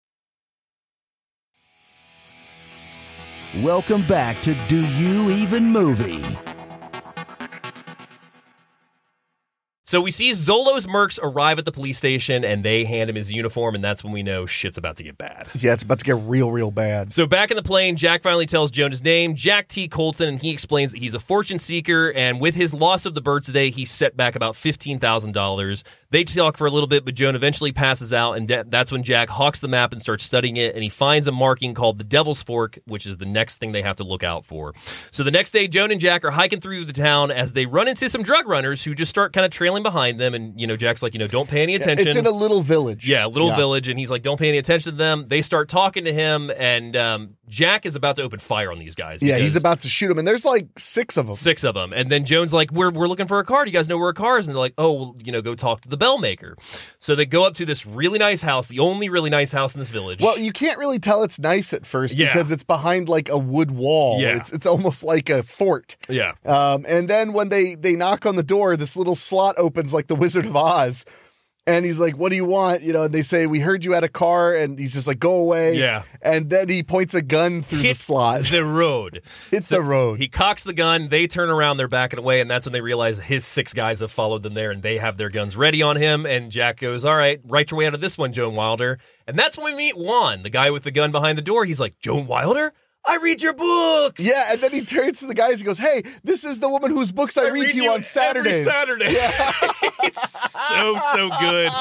[SPEAKER 7] Welcome back to Do You Even Movie?
[SPEAKER 9] So we see Zolo's mercs arrive at the police station and they hand him his uniform, and that's when we know shit's about to get bad.
[SPEAKER 8] Yeah, it's about to get real, real bad.
[SPEAKER 9] So back in the plane, Jack finally tells Joan his name, Jack T. Colton, and he explains that he's a fortune seeker. And with his loss of the bird today, he's set back about fifteen thousand dollars. They talk for a little bit, but Joan eventually passes out, and that- that's when Jack hawks the map and starts studying it. And he finds a marking called the Devil's Fork, which is the next thing they have to look out for. So the next day, Joan and Jack are hiking through the town as they run into some drug runners who just start kind of trailing behind them. And you know, Jack's like, you know, don't pay any
[SPEAKER 8] Yeah,
[SPEAKER 9] attention.
[SPEAKER 8] It's in a little village.
[SPEAKER 9] Yeah, little
[SPEAKER 8] Yeah.
[SPEAKER 9] village, and he's like, "Don't pay any attention to them." They start talking to him, and um, Jack is about to open fire on these guys.
[SPEAKER 8] Yeah,
[SPEAKER 9] because-
[SPEAKER 8] he's about to shoot him, and there's like six of them.
[SPEAKER 9] six of them, and then Jones like, "We're we're looking for a car. Do you guys know where a car is?" And they're like, "Oh, well, you know, go talk to the bell maker." So they go up to this really nice house, the only really nice house in this village.
[SPEAKER 8] Well, you can't really tell it's nice at first
[SPEAKER 9] Yeah.
[SPEAKER 8] because it's behind like a wood wall.
[SPEAKER 9] Yeah.
[SPEAKER 8] It's, it's almost like a fort.
[SPEAKER 9] yeah.
[SPEAKER 8] Um, and then when they they knock on the door, this little slot opens like the Wizard of Oz, and he's like, "What do you want?" You know, and they say, "We heard you had a car," and he's just like, "Go away."
[SPEAKER 9] Yeah.
[SPEAKER 8] And then he points a gun through the
[SPEAKER 9] Hit
[SPEAKER 8] slot.
[SPEAKER 9] The road.
[SPEAKER 8] Hits the road.
[SPEAKER 9] He cocks the gun. They turn around. They're backing away, and that's when they realize his six guys have followed them there, and they have their guns ready on him. And Jack goes, "All right, write your way out of this one, Joan Wilder." And that's when we meet Juan, the guy with the gun behind the door. He's like, "Joan Wilder." I read your books.
[SPEAKER 8] Yeah, and then he turns to the guys and goes, "Hey, this is the woman whose books I, read, to you on Saturdays."
[SPEAKER 9] Every Saturday. it's so so good.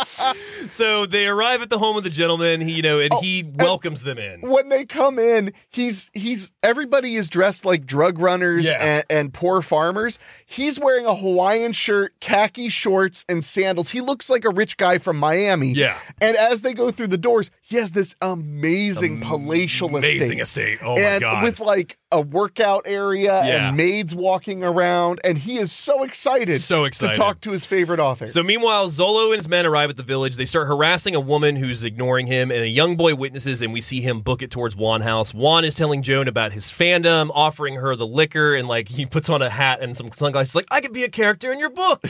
[SPEAKER 9] So they arrive at the home of the gentleman. He, you know,
[SPEAKER 8] Oh,
[SPEAKER 9] and he welcomes them in.
[SPEAKER 8] when they come in, he's he's everybody is dressed like drug runners
[SPEAKER 9] Yeah.
[SPEAKER 8] and, and poor farmers. He's wearing a Hawaiian shirt, khaki shorts, and sandals. He looks like a rich guy from Miami.
[SPEAKER 9] Yeah.
[SPEAKER 8] And as they go through the doors, he has this amazing palatial
[SPEAKER 9] Amazing estate.
[SPEAKER 8] estate.
[SPEAKER 9] Oh my
[SPEAKER 8] and and
[SPEAKER 9] God.
[SPEAKER 8] with like a workout area
[SPEAKER 9] Yeah.
[SPEAKER 8] and maids walking around, and he is so excited,
[SPEAKER 9] So excited.
[SPEAKER 8] to talk to his favorite author.
[SPEAKER 9] So meanwhile, Zolo and his men arrive at the village. They start harassing a woman who's ignoring him, and a young boy witnesses, and we see him book it towards Juan house. Juan is telling Joan about his fandom, offering her the liquor, and like he puts on a hat and some sunglasses. Like I could be a character in your book.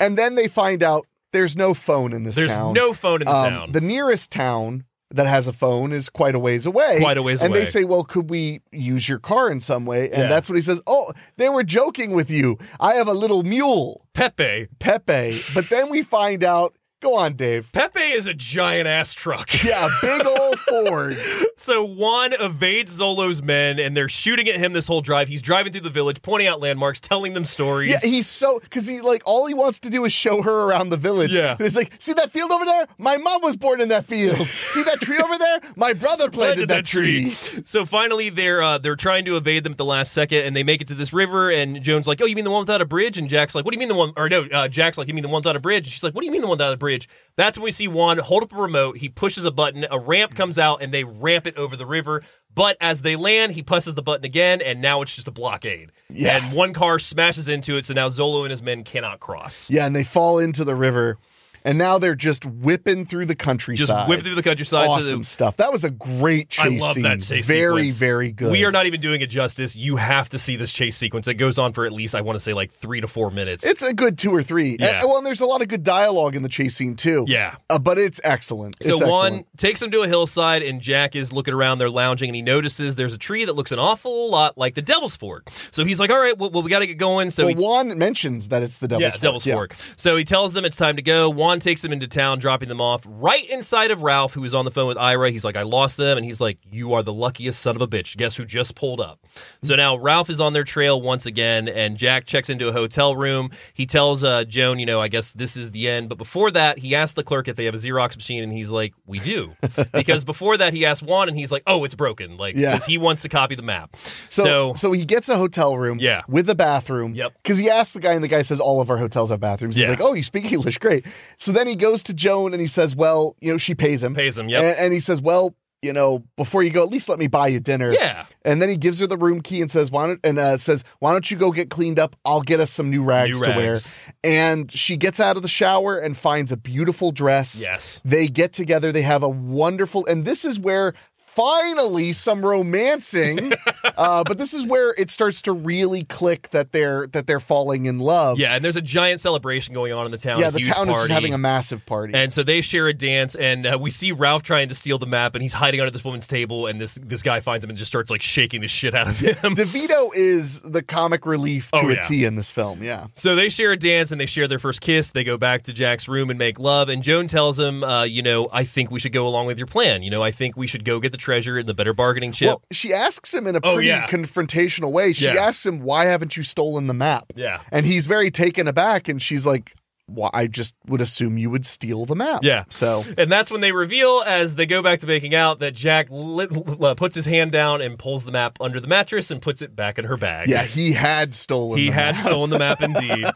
[SPEAKER 8] and then they find out there's no phone in this
[SPEAKER 9] There's
[SPEAKER 8] town.
[SPEAKER 9] no phone in the
[SPEAKER 8] Um,
[SPEAKER 9] town.
[SPEAKER 8] The nearest town that has a phone is quite a ways away.
[SPEAKER 9] Quite a ways
[SPEAKER 8] and
[SPEAKER 9] away.
[SPEAKER 8] they say, "Well, could we use your car in some way?" And
[SPEAKER 9] Yeah.
[SPEAKER 8] that's when he says, "Oh, they were joking with you. I have a little mule,
[SPEAKER 9] Pepe.
[SPEAKER 8] Pepe." But then we find out. Go on, Dave.
[SPEAKER 9] Pepe is a giant ass truck.
[SPEAKER 8] Yeah, big old Ford.
[SPEAKER 9] So Juan evades Zolo's men, and they're shooting at him this whole drive. He's driving through the village, pointing out landmarks, telling them stories.
[SPEAKER 8] Yeah, he's so because he like all he wants to do is show her around the village.
[SPEAKER 9] Yeah.
[SPEAKER 8] and he's like, see that field over there? My mom was born in that field. see that tree over there? My brother
[SPEAKER 9] planted
[SPEAKER 8] planted, that, tree.
[SPEAKER 9] So finally, they're uh, they're trying to evade them at the last second, and they make it to this river. And Joan's like, "Oh, you mean the one without a bridge?" And Jack's like, "What do you mean the one?" Or no, uh, Jack's like, "You mean the one without a bridge?" And she's like, "What do you mean the one without a bridge?" That's when we see Juan hold up a remote. He pushes a button, a ramp comes out, and they ramp it over the river. But as they land, he presses the button again, and now it's just a blockade.
[SPEAKER 8] Yeah.
[SPEAKER 9] And one car smashes into it, so now Zolo and his men cannot cross.
[SPEAKER 8] Yeah, and they fall into the river, and now they're just whipping through the countryside.
[SPEAKER 9] whip through the countryside. So
[SPEAKER 8] Awesome
[SPEAKER 9] the-
[SPEAKER 8] stuff. That was a great chase
[SPEAKER 9] I love
[SPEAKER 8] scene.
[SPEAKER 9] that chase
[SPEAKER 8] very,
[SPEAKER 9] sequence.
[SPEAKER 8] very good.
[SPEAKER 9] We are not even doing it justice. You have to see this chase sequence. It goes on for at least I want to say like three to four minutes.
[SPEAKER 8] It's a good two or three.
[SPEAKER 9] Yeah.
[SPEAKER 8] And- well, and there's a lot of good dialogue in the chase scene too.
[SPEAKER 9] Yeah.
[SPEAKER 8] Uh, but it's excellent.
[SPEAKER 9] so
[SPEAKER 8] it's
[SPEAKER 9] Juan
[SPEAKER 8] excellent.
[SPEAKER 9] takes him to a hillside, and Jack is looking around. They're lounging, and he notices there's a tree that looks an awful lot like the Devil's Fork. So he's like, "All right, well, well we got to get going." So
[SPEAKER 8] well,
[SPEAKER 9] he
[SPEAKER 8] Juan mentions that it's the devil's
[SPEAKER 9] yeah,
[SPEAKER 8] fork.
[SPEAKER 9] Devil's Fork. So he tells them it's time to go. Juan takes them into town, dropping them off right inside of Ralph, who is on the phone with Ira. He's like, I lost them. And he's like, You are the luckiest son of a bitch. Guess who just pulled up? So now Ralph is on their trail once again, and Jack checks into a hotel room. He tells uh, Joan, You know, I guess this is the end. But before that, he asks the clerk if they have a Xerox machine, and he's like, We do. because before that, he asked Juan, and he's like, Oh, it's broken. Like,
[SPEAKER 8] Yeah.
[SPEAKER 9] because he wants to copy the map.
[SPEAKER 8] So,
[SPEAKER 9] so
[SPEAKER 8] so he gets a hotel room
[SPEAKER 9] Yeah.
[SPEAKER 8] with a bathroom. Yep. Because he asks the guy, and the guy says, All of our hotels have bathrooms.
[SPEAKER 9] Yeah.
[SPEAKER 8] He's like, Oh, you speak English? Great. So then he goes to Joan and he says, Well, you know, she pays him.
[SPEAKER 9] Pays him, yep.
[SPEAKER 8] And, and he says, Well, you know, before you go, at least let me buy you dinner.
[SPEAKER 9] Yeah.
[SPEAKER 8] And then he gives her the room key and says, Why don't and uh, says, Why don't you go get cleaned up? I'll get us some new rags,
[SPEAKER 9] New rags.
[SPEAKER 8] to wear. And she gets out of the shower and finds a beautiful dress.
[SPEAKER 9] Yes.
[SPEAKER 8] They get together, they have a wonderful, and this is where finally some romancing uh, but this is where it starts to really click that they're that they're falling in love
[SPEAKER 9] Yeah, and there's a giant celebration going on in the town.
[SPEAKER 8] yeah
[SPEAKER 9] a
[SPEAKER 8] the
[SPEAKER 9] huge
[SPEAKER 8] town is
[SPEAKER 9] party.
[SPEAKER 8] just having a massive party
[SPEAKER 9] And so they share a dance, and uh, we see Ralph trying to steal the map, and he's hiding under this woman's table, and this this guy finds him and just starts like shaking the shit out of him.
[SPEAKER 8] devito is the comic relief to
[SPEAKER 9] Oh,
[SPEAKER 8] a
[SPEAKER 9] yeah.
[SPEAKER 8] T in this film yeah
[SPEAKER 9] So they share a dance and they share their first kiss. They go back to Jack's room and make love. And Joan tells him, uh, you know, I think we should go along with your plan. You know, I think we should go get the treasure and the better bargaining chip.
[SPEAKER 8] Well, she asks him in a
[SPEAKER 9] Oh,
[SPEAKER 8] pretty
[SPEAKER 9] yeah.
[SPEAKER 8] confrontational way. She
[SPEAKER 9] Yeah.
[SPEAKER 8] asks him, "Why haven't you stolen the map?"
[SPEAKER 9] Yeah.
[SPEAKER 8] and he's very taken aback, and she's like, "Why? I just would assume you would steal the map."
[SPEAKER 9] Yeah.
[SPEAKER 8] So
[SPEAKER 9] and that's when they reveal, as they go back to making out, that Jack li- li- puts his hand down and pulls the map under the mattress and puts it back in her bag.
[SPEAKER 8] yeah, he had stolen.
[SPEAKER 9] He
[SPEAKER 8] the
[SPEAKER 9] had
[SPEAKER 8] map.
[SPEAKER 9] stolen the map indeed.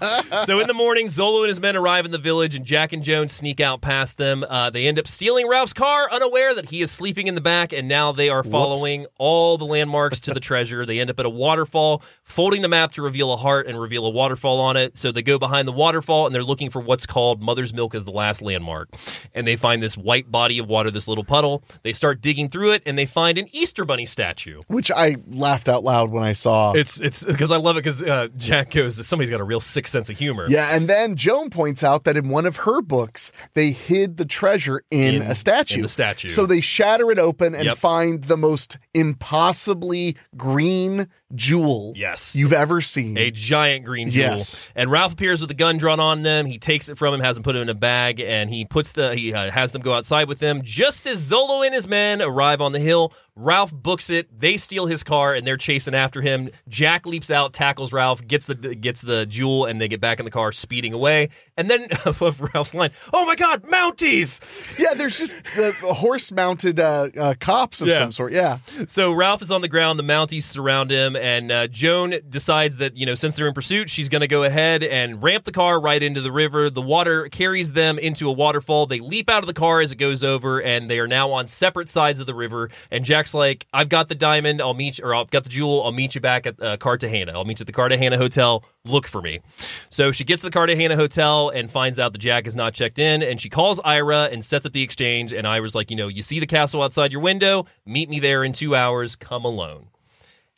[SPEAKER 9] so in the morning, Zolo and his men arrive in the village, and Jack and Jones sneak out past them. Uh, they end up stealing Ralph's car, unaware that he is sleeping in the back, and now they are following all the landmarks to the treasure. They end up at a waterfall, folding the map to reveal a heart and reveal a waterfall on it. So they go behind the waterfall, and they're looking for what's called Mother's Milk as the last landmark. And they find this white body of water, this little puddle. They start digging through it, and they find an Easter Bunny statue.
[SPEAKER 8] which I laughed out loud when I saw.
[SPEAKER 9] It's it's because I love it because uh, Jack goes. Somebody's got a real sick sense of humor.
[SPEAKER 8] Yeah, and then Joan points out that in one of her books, they hid the treasure in,
[SPEAKER 9] In-
[SPEAKER 8] a statue.
[SPEAKER 9] in the statue.
[SPEAKER 8] So they shatter it open and
[SPEAKER 9] Yep.
[SPEAKER 8] find the most impossibly green jewel
[SPEAKER 9] Yes.
[SPEAKER 8] you've ever seen.
[SPEAKER 9] a giant green jewel.
[SPEAKER 8] Yes.
[SPEAKER 9] And Ralph appears with a gun drawn on them. He takes it from him, has him put it in a bag, and he puts the he uh, has them go outside with them. Just as Zolo and his men arrive on the hill, Ralph books it. They steal his car and they're chasing after him. Jack leaps out, tackles Ralph, gets the gets the jewel, and they get back in the car, speeding away. And then I love Ralph's line. Oh my God, Mounties!
[SPEAKER 8] yeah, there's just the horse mounted uh, uh, cops of
[SPEAKER 9] Yeah.
[SPEAKER 8] some sort. Yeah.
[SPEAKER 9] So Ralph is on the ground. The Mounties surround him, and uh, Joan decides that you know since they're in pursuit, she's going to go ahead and ramp the car right into the river. The water carries them into a waterfall. They leap out of the car as it goes over, and they are now on separate sides of the river. And Jack's like, "I've got the diamond. I'll meet you, or I've got the jewel. I'll meet you back at uh, Cartagena. I'll meet you at the Cartagena hotel. Look for me." So she gets to the Cartagena hotel and finds out that Jack is not checked in, and she calls Ira and sets up the exchange. And Ira's like, "You know, you see the castle outside your window. Meet me there in two hours. Come alone."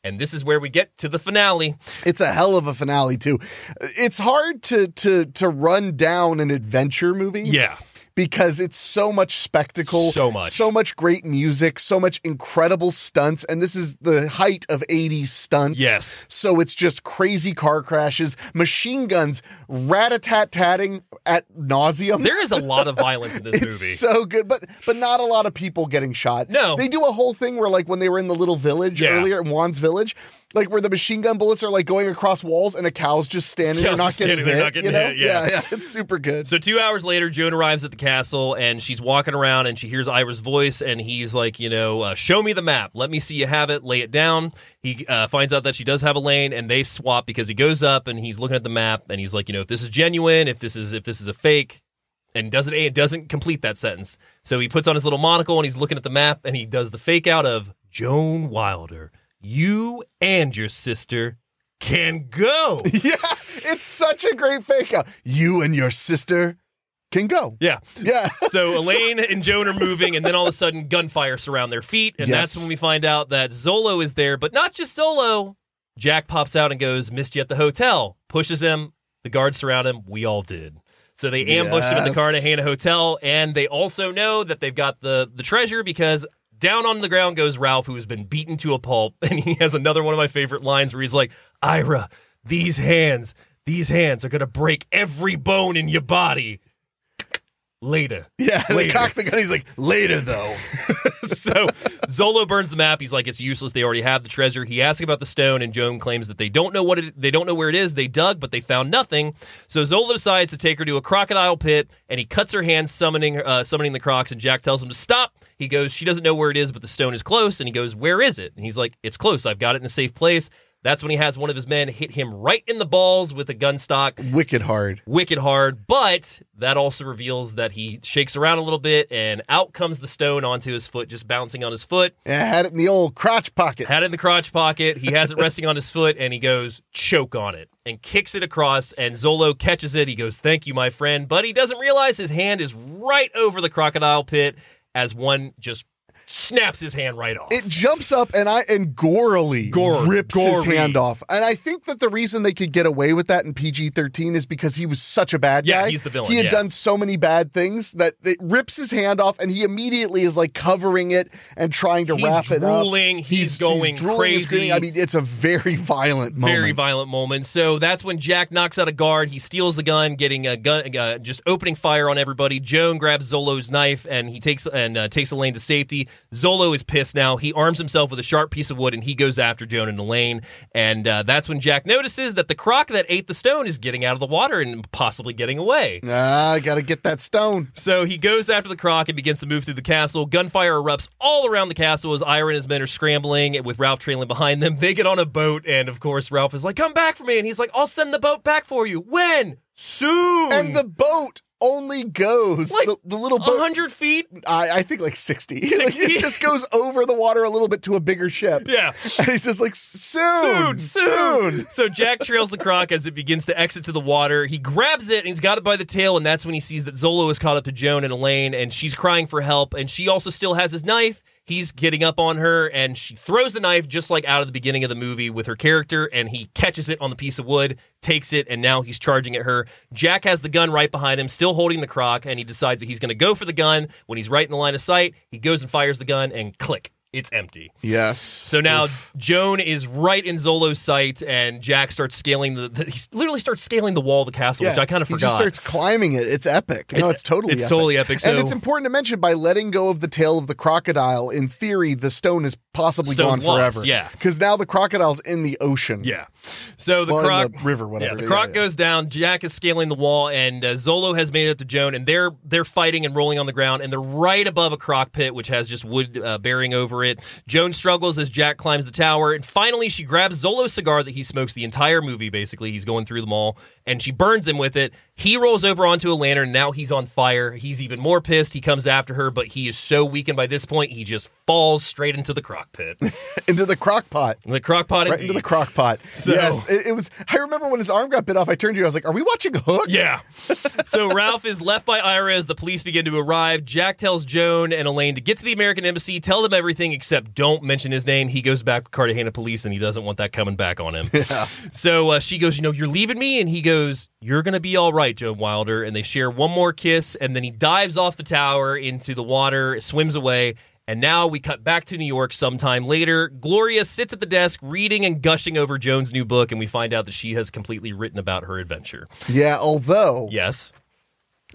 [SPEAKER 9] And this is where we get to the finale.
[SPEAKER 8] It's a hell of a finale too. It's hard to to to run down an adventure movie.
[SPEAKER 9] Yeah.
[SPEAKER 8] Because it's so much spectacle,
[SPEAKER 9] So much.
[SPEAKER 8] so much great music, so much incredible stunts, and this is the height of 80s stunts.
[SPEAKER 9] Yes.
[SPEAKER 8] So it's just crazy car crashes, machine guns, rat-a-tat-tatting at nauseum.
[SPEAKER 9] There is a lot of violence in this
[SPEAKER 8] it's
[SPEAKER 9] movie.
[SPEAKER 8] so good, but but not a lot of people getting shot.
[SPEAKER 9] No.
[SPEAKER 8] they do a whole thing where like when they were in the little village
[SPEAKER 9] Yeah.
[SPEAKER 8] earlier in Juan's village, like where the machine gun bullets are like going across walls and a cow's just standing there
[SPEAKER 9] Cow's
[SPEAKER 8] not
[SPEAKER 9] just
[SPEAKER 8] getting
[SPEAKER 9] standing
[SPEAKER 8] hit.
[SPEAKER 9] there not getting
[SPEAKER 8] you know?
[SPEAKER 9] hit, yeah.
[SPEAKER 8] yeah, it's super good.
[SPEAKER 9] So two hours later, Joan arrives at the castle and she's walking around and she hears Ira's voice and he's like, you know, uh, show me the map. Let me see you have it. Lay it down. He uh, finds out that she does have a lane and they swap because he goes up and he's looking at the map and he's like, you know, if this is genuine, if this is if this is a fake, and doesn't it doesn't complete that sentence. So he puts on his little monocle and he's looking at the map and he does the fake out of Joan Wilder. You and your sister can go.
[SPEAKER 8] yeah, it's such a great fake out. You and your sister can go.
[SPEAKER 9] Yeah.
[SPEAKER 8] Yeah.
[SPEAKER 9] So Elaine and Joan are moving, and then all of a sudden, gunfire surround their feet, and
[SPEAKER 8] Yes.
[SPEAKER 9] that's when we find out that Zolo is there, but not just Zolo. Jack pops out and goes, "Missed you at the hotel." Pushes him. The guards surround him. We all did. So they ambushed him at the
[SPEAKER 8] Yes.
[SPEAKER 9] Cartagena Hotel, and they also know that they've got the the treasure because. Down on the ground goes Ralph, who has been beaten to a pulp, and he has another one of my favorite lines where he's like, "Ira, these hands, these hands are gonna break every bone in your body." later.
[SPEAKER 8] Yeah, they
[SPEAKER 9] later.
[SPEAKER 8] cock the gun. He's like, later though.
[SPEAKER 9] so Zolo burns the map. He's like, it's useless. They already have the treasure. He asks about the stone, and Joan claims that they don't know what it, they don't know where it is. They dug, but they found nothing. So Zolo decides to take her to a crocodile pit, and he cuts her hand, summoning uh, summoning the crocs. And Jack tells him to stop. He goes, she doesn't know where it is, but the stone is close. And he goes, where is it? And he's like, it's close. I've got it in a safe place. That's when he has one of his men hit him right in the balls with a gun stock
[SPEAKER 8] Wicked hard.
[SPEAKER 9] wicked hard, but that also reveals that he shakes around a little bit and out comes the stone onto his foot, just bouncing on his foot.
[SPEAKER 8] Yeah, had it in the old crotch pocket.
[SPEAKER 9] Had it in the crotch pocket. He has it resting on his foot and he goes, choke on it and kicks it across. And Zolo catches it. He goes, thank you, my friend. But he doesn't realize his hand is right over the crocodile pit as one just snaps his hand right off.
[SPEAKER 8] It jumps up and I and gorily
[SPEAKER 9] Gore-
[SPEAKER 8] rips his
[SPEAKER 9] gory.
[SPEAKER 8] hand off. And I think that the reason they could get away with that in PG thirteen is because he was such a bad
[SPEAKER 9] Yeah,
[SPEAKER 8] guy.
[SPEAKER 9] he's the villain,
[SPEAKER 8] He had
[SPEAKER 9] yeah.
[SPEAKER 8] done so many bad things that it rips his hand off, and he immediately is like covering it and trying to
[SPEAKER 9] He's
[SPEAKER 8] wrap it up.
[SPEAKER 9] drooling, he's going
[SPEAKER 8] drooling and screaming.
[SPEAKER 9] crazy.
[SPEAKER 8] I mean, it's a very violent moment.
[SPEAKER 9] Very violent moment. So that's when Jack knocks out a guard. He steals the gun, getting a gun, uh, just opening fire on everybody. Joan grabs Zolo's knife and he takes and uh, takes Elaine to safety. Zolo is pissed now. He arms himself with a sharp piece of wood and he goes after Joan and Elaine. And uh, that's when Jack notices that the croc that ate the stone is getting out of the water and possibly getting away.
[SPEAKER 8] Ah, I gotta get that stone.
[SPEAKER 9] So he goes after the croc and begins to move through the castle. Gunfire erupts all around the castle as Ira and his men are scrambling, with Ralph trailing behind them. They get on a boat, and of course, Ralph is like, Come back for me. And he's like, I'll send the boat back for you. When? Soon.
[SPEAKER 8] And the boat only goes
[SPEAKER 9] Like,
[SPEAKER 8] the, the little boat.
[SPEAKER 9] 100 feet?
[SPEAKER 8] I, I think like 60. Like,
[SPEAKER 9] 60?
[SPEAKER 8] it just goes over the water a little bit to a bigger ship.
[SPEAKER 9] Yeah.
[SPEAKER 8] And he's just like, soon, soon.
[SPEAKER 9] So Jack trails the croc as it begins to exit to the water. He grabs it and he's got it by the tail, and that's when he sees that Zolo is caught up to Joan and Elaine, and she's crying for help, and she also still has his knife. He's getting up on her, and she throws the knife just like out of the beginning of the movie with her character, and he catches it on the piece of wood, takes it, and now he's charging at her. Jack has the gun right behind him, still holding the croc, and he decides that he's going to go for the gun. When he's right in the line of sight, he goes and fires the gun, and click, it's empty.
[SPEAKER 8] Yes.
[SPEAKER 9] So now Joan is right in Zolo's sight, and Jack starts scaling the. the he literally starts scaling the wall of the castle, which I kind of
[SPEAKER 8] he
[SPEAKER 9] forgot.
[SPEAKER 8] just starts climbing it. It's epic. no,
[SPEAKER 9] It's-
[SPEAKER 8] it's totally
[SPEAKER 9] it's
[SPEAKER 8] epic.
[SPEAKER 9] totally epic, so-
[SPEAKER 8] And it's important to mention by letting go of the tail of the crocodile, in theory, the stone is possibly
[SPEAKER 9] Stone's
[SPEAKER 8] gone
[SPEAKER 9] lost,
[SPEAKER 8] forever.
[SPEAKER 9] yeah.
[SPEAKER 8] Because now the crocodile's in the ocean.
[SPEAKER 9] Yeah. So the
[SPEAKER 8] Well, in
[SPEAKER 9] croc
[SPEAKER 8] the river, whatever.
[SPEAKER 9] Yeah, the
[SPEAKER 8] Yeah,
[SPEAKER 9] croc
[SPEAKER 8] yeah.
[SPEAKER 9] goes down. Jack is scaling the wall, and uh, Zolo has made it up to Joan, and they're they're fighting and rolling on the ground, and they're right above a croc pit, which has just wood uh, bearing over over it. Joan struggles as Jack climbs the tower, and finally she grabs Zolo's cigar that he smokes the entire movie, basically. He's going through them all, and she burns him with it. He rolls over onto a lantern. Now he's on fire. He's even more pissed. He comes after her, but he is so weakened by this point, he just falls straight into the crock pit.
[SPEAKER 8] into the crock pot.
[SPEAKER 9] The crock pot,
[SPEAKER 8] Right into the crock pot.
[SPEAKER 9] So-
[SPEAKER 8] yes, it, it was. I remember when his arm got bit off. I turned to you. I was like, "Are we watching Hook?"
[SPEAKER 9] Yeah. so Ralph is left by Ira as the police begin to arrive. Jack tells Joan and Elaine to get to the American embassy, tell them everything except don't mention his name. He goes back with Cartagena police and he doesn't want that coming back on him. So uh, she goes, You know, you're leaving me. And he goes, You're going to be all right, Joan Wilder. And they share one more kiss. And then he dives off the tower into the water, swims away. And now we cut back to New York sometime later. Gloria sits at the desk reading and gushing over Joan's new book, and we find out that she has completely written about her adventure.
[SPEAKER 8] Yeah. Although,
[SPEAKER 9] yes,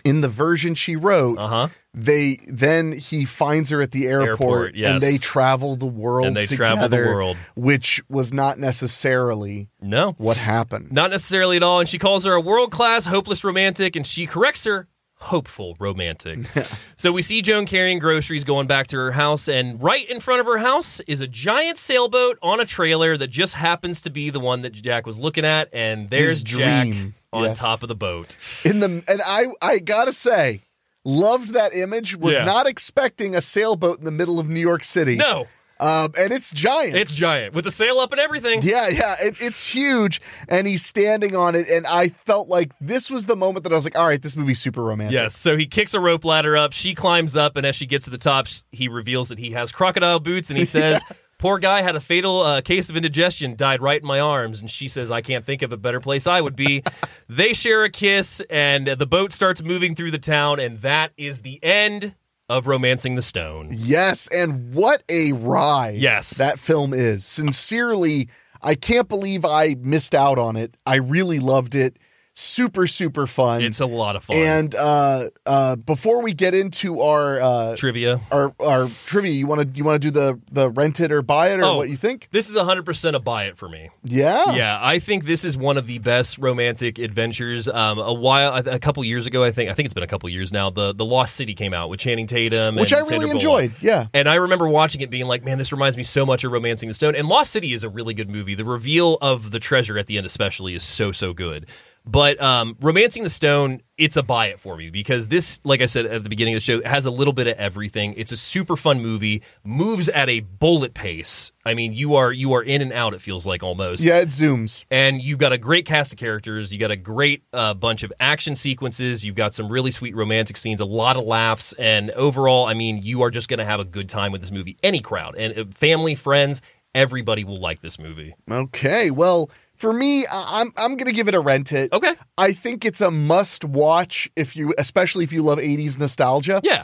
[SPEAKER 8] in the version she wrote,
[SPEAKER 9] uh-huh.
[SPEAKER 8] they then he finds her at the airport,
[SPEAKER 9] Airport, yes.
[SPEAKER 8] and they travel the world.
[SPEAKER 9] And they travel the
[SPEAKER 8] together,
[SPEAKER 9] world.
[SPEAKER 8] which was not necessarily
[SPEAKER 9] no
[SPEAKER 8] what happened.
[SPEAKER 9] Not necessarily at all. And she calls her a world class, hopeless romantic, and she corrects her hopeful romantic. so we see Joan carrying groceries going back to her house, and right in front of her house is a giant sailboat on a trailer that just happens to be the one that Jack was looking at. And there's
[SPEAKER 8] His
[SPEAKER 9] Jack
[SPEAKER 8] dream,
[SPEAKER 9] on
[SPEAKER 8] yes.
[SPEAKER 9] top of the boat.
[SPEAKER 8] In the and I I gotta say, loved that image. Was
[SPEAKER 9] Yeah.
[SPEAKER 8] not expecting a sailboat in the middle of New York City.
[SPEAKER 9] No.
[SPEAKER 8] Um, and it's giant.
[SPEAKER 9] It's giant with the sail up and everything.
[SPEAKER 8] Yeah, yeah, it, it's huge, and he's standing on it, and I felt like this was the moment that I was like, "All right, this movie's super romantic."
[SPEAKER 9] Yes, so he kicks a rope ladder up. She climbs up, and as she gets to the top, sh- he reveals that he has crocodile boots, and he says, "Poor guy had a fatal uh, case of indigestion, died right in my arms." And she says, "I can't think of a better place I would be." they share a kiss, and the boat starts moving through the town, and that is the end of romancing the stone.
[SPEAKER 8] Yes, and what a ride!
[SPEAKER 9] Yes.
[SPEAKER 8] that film is sincerely. I can't believe I missed out on it. I really loved it. Super, super fun.
[SPEAKER 9] It's a lot of fun.
[SPEAKER 8] And uh, uh, before we get into our uh,
[SPEAKER 9] Trivia.
[SPEAKER 8] our our trivia, you want to you want to do the the rent it or buy it or
[SPEAKER 9] Oh.
[SPEAKER 8] what you think?
[SPEAKER 9] This is 100% a buy it for me.
[SPEAKER 8] Yeah.
[SPEAKER 9] Yeah, I think this is one of the best romantic adventures. Um, a while, a a couple years ago, I think. I think it's been a couple years now. The The Lost City came out with Channing Tatum,
[SPEAKER 8] Which I
[SPEAKER 9] and
[SPEAKER 8] really
[SPEAKER 9] Sandra Bullock.
[SPEAKER 8] enjoyed. Yeah.
[SPEAKER 9] And I remember watching it, being like, "Man, this reminds me so much of Romancing the Stone." And Lost City is a really good movie. The reveal of the treasure at the end, especially, is so so good. But um, Romancing the Stone, it's a buy it for me because this, like I said at the beginning of the show, has a little bit of everything. It's a super fun movie, moves at a bullet pace. I mean, you are you are in and out. It feels like almost.
[SPEAKER 8] Yeah, it zooms.
[SPEAKER 9] And you've got a great cast of characters. You got a great uh, bunch of action sequences. You've got some really sweet romantic scenes, a lot of laughs, and overall, I mean, you are just going to have a good time with this movie. Any crowd and uh, family, friends, everybody will like this movie.
[SPEAKER 8] Okay. Well, for me, I- I'm I'm gonna give it a rent it.
[SPEAKER 9] Okay.
[SPEAKER 8] I think it's a must watch if you, especially if you love '80s nostalgia.
[SPEAKER 9] Yeah.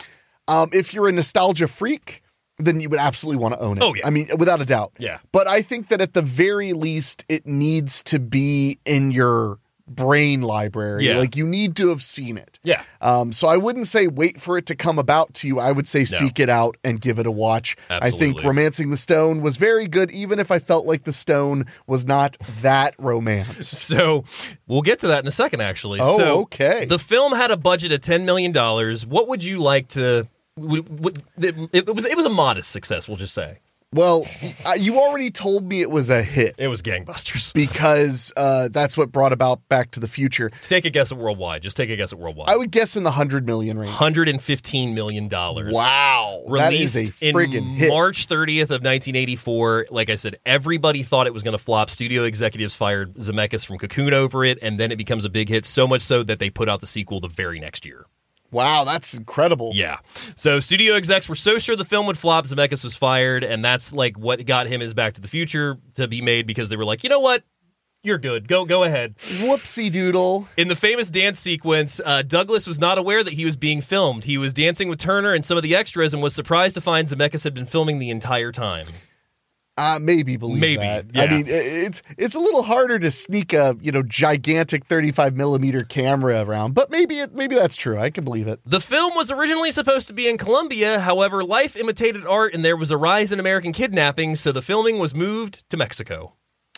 [SPEAKER 8] Um, if you're a nostalgia freak, then you would absolutely want to own it.
[SPEAKER 9] Oh, yeah.
[SPEAKER 8] I mean, without a doubt.
[SPEAKER 9] Yeah.
[SPEAKER 8] But I think that at the very least, it needs to be in your brain library.
[SPEAKER 9] Yeah.
[SPEAKER 8] Like you need to have seen it.
[SPEAKER 9] Yeah.
[SPEAKER 8] Um, so I wouldn't say wait for it to come about to you. I would say seek it out and give it a watch. I think
[SPEAKER 9] Absolutely.
[SPEAKER 8] Romancing the Stone was very good, even if I felt like the stone was not that romance.
[SPEAKER 9] So we'll get to that in a second, actually.
[SPEAKER 8] Oh,
[SPEAKER 9] so
[SPEAKER 8] okay.
[SPEAKER 9] The film had a budget of ten million dollars. What would you like to? Would, would, it, it was it was a modest success. We'll just say
[SPEAKER 8] Well, uh, you already told me it was a hit.
[SPEAKER 9] It was gangbusters
[SPEAKER 8] because uh, that's what brought about Back to the Future.
[SPEAKER 9] Take a guess at worldwide. Just take a guess at worldwide.
[SPEAKER 8] I would guess in the hundred million range.
[SPEAKER 9] Hundred and fifteen million dollars.
[SPEAKER 8] Wow, that is
[SPEAKER 9] Released
[SPEAKER 8] a friggin'
[SPEAKER 9] in
[SPEAKER 8] hit.
[SPEAKER 9] March 30th of 1984. Like I said, everybody thought it was going to flop. Studio executives fired Zemeckis from Cocoon over it, and then it becomes a big hit. So much so that they put out the sequel the very next year.
[SPEAKER 8] Wow, that's incredible.
[SPEAKER 9] Yeah. So studio execs were so sure the film would flop, Zemeckis was fired, and that's like what got him his Back to the Future to be made because they were like, you know what? You're good. Go go ahead.
[SPEAKER 8] Whoopsie doodle.
[SPEAKER 9] In the famous dance sequence, uh, Douglas was not aware that he was being filmed. He was dancing with Turner and some of the extras, and was surprised to find Zemeckis had been filming the entire time.
[SPEAKER 8] Uh, maybe believe
[SPEAKER 9] Maybe,
[SPEAKER 8] that. I
[SPEAKER 9] yeah.
[SPEAKER 8] mean, i- it's it's a little harder to sneak a you know gigantic thirty five millimeter camera around, but maybe it maybe that's true. I can believe it.
[SPEAKER 9] The film was originally supposed to be in Colombia, however, life imitated art, and there was a rise in American kidnapping, so the filming was moved to Mexico.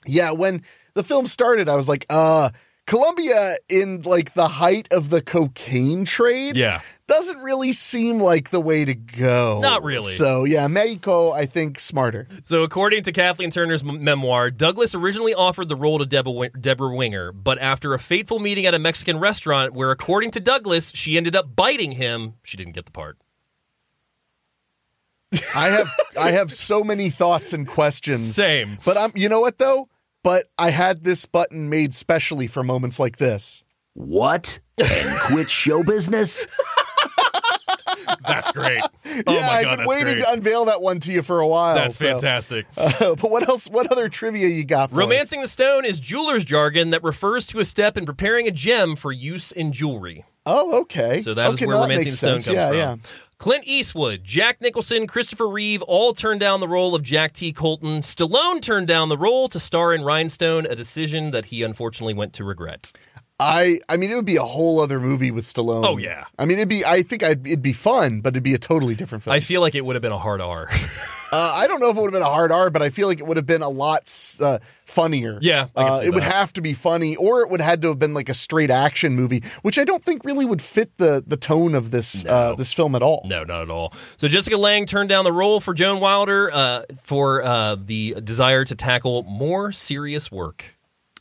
[SPEAKER 8] Yeah, when the film started, I was like, uh, Colombia in like the height of the cocaine trade.
[SPEAKER 9] Yeah.
[SPEAKER 8] Doesn't really seem like the way to go.
[SPEAKER 9] Not really.
[SPEAKER 8] So, yeah, Mexico, I think, smarter.
[SPEAKER 9] So, according to Kathleen Turner's m- memoir, Douglas originally offered the role to Deborah, Win- Deborah Winger, but after a fateful meeting at a Mexican restaurant where, according to Douglas, she ended up biting him, she didn't get the part.
[SPEAKER 8] I have I have so many thoughts and questions.
[SPEAKER 9] Same.
[SPEAKER 8] But I'm you know what though? But I had this button made specially for moments like this.
[SPEAKER 1] What? And quit show business?
[SPEAKER 9] That's great. Oh
[SPEAKER 8] yeah,
[SPEAKER 9] my god,
[SPEAKER 8] I've been
[SPEAKER 9] that's
[SPEAKER 8] waiting
[SPEAKER 9] great.
[SPEAKER 8] to unveil that one to you for a while.
[SPEAKER 9] That's
[SPEAKER 8] so.
[SPEAKER 9] fantastic.
[SPEAKER 8] Uh, but what else? What other trivia you got? For us?
[SPEAKER 9] Romancing the stone is jeweler's jargon that refers to a step in preparing a gem for use in jewelry.
[SPEAKER 8] Oh, okay.
[SPEAKER 9] So that is
[SPEAKER 8] Okay,
[SPEAKER 9] where
[SPEAKER 8] now
[SPEAKER 9] Romancing the
[SPEAKER 8] makes
[SPEAKER 9] Stone
[SPEAKER 8] sense.
[SPEAKER 9] comes
[SPEAKER 8] yeah,
[SPEAKER 9] from.
[SPEAKER 8] Yeah.
[SPEAKER 9] Clint Eastwood, Jack Nicholson, Christopher Reeve all turned down the role of Jack T. Colton. Stallone turned down the role to star in Rhinestone, a decision that he unfortunately went to regret.
[SPEAKER 8] I I mean, it would be a whole other movie with Stallone.
[SPEAKER 9] Oh, yeah.
[SPEAKER 8] I mean, it'd be. I think I'd, it'd be fun, but it'd be a totally different film.
[SPEAKER 9] I feel like it would have been a hard R.
[SPEAKER 8] Uh, I don't know if it would have been a hard R, but I feel like it would have been a lot uh, funnier.
[SPEAKER 9] Yeah, I can
[SPEAKER 8] Uh,
[SPEAKER 9] see
[SPEAKER 8] it would
[SPEAKER 9] that.
[SPEAKER 8] have to be funny, or it would had to have been like a straight action movie, which I don't think really would fit the the tone of this uh, this film at all.
[SPEAKER 9] No, not at all. So Jessica Lang turned down the role for Joan Wilder uh, for uh, the desire to tackle more serious work.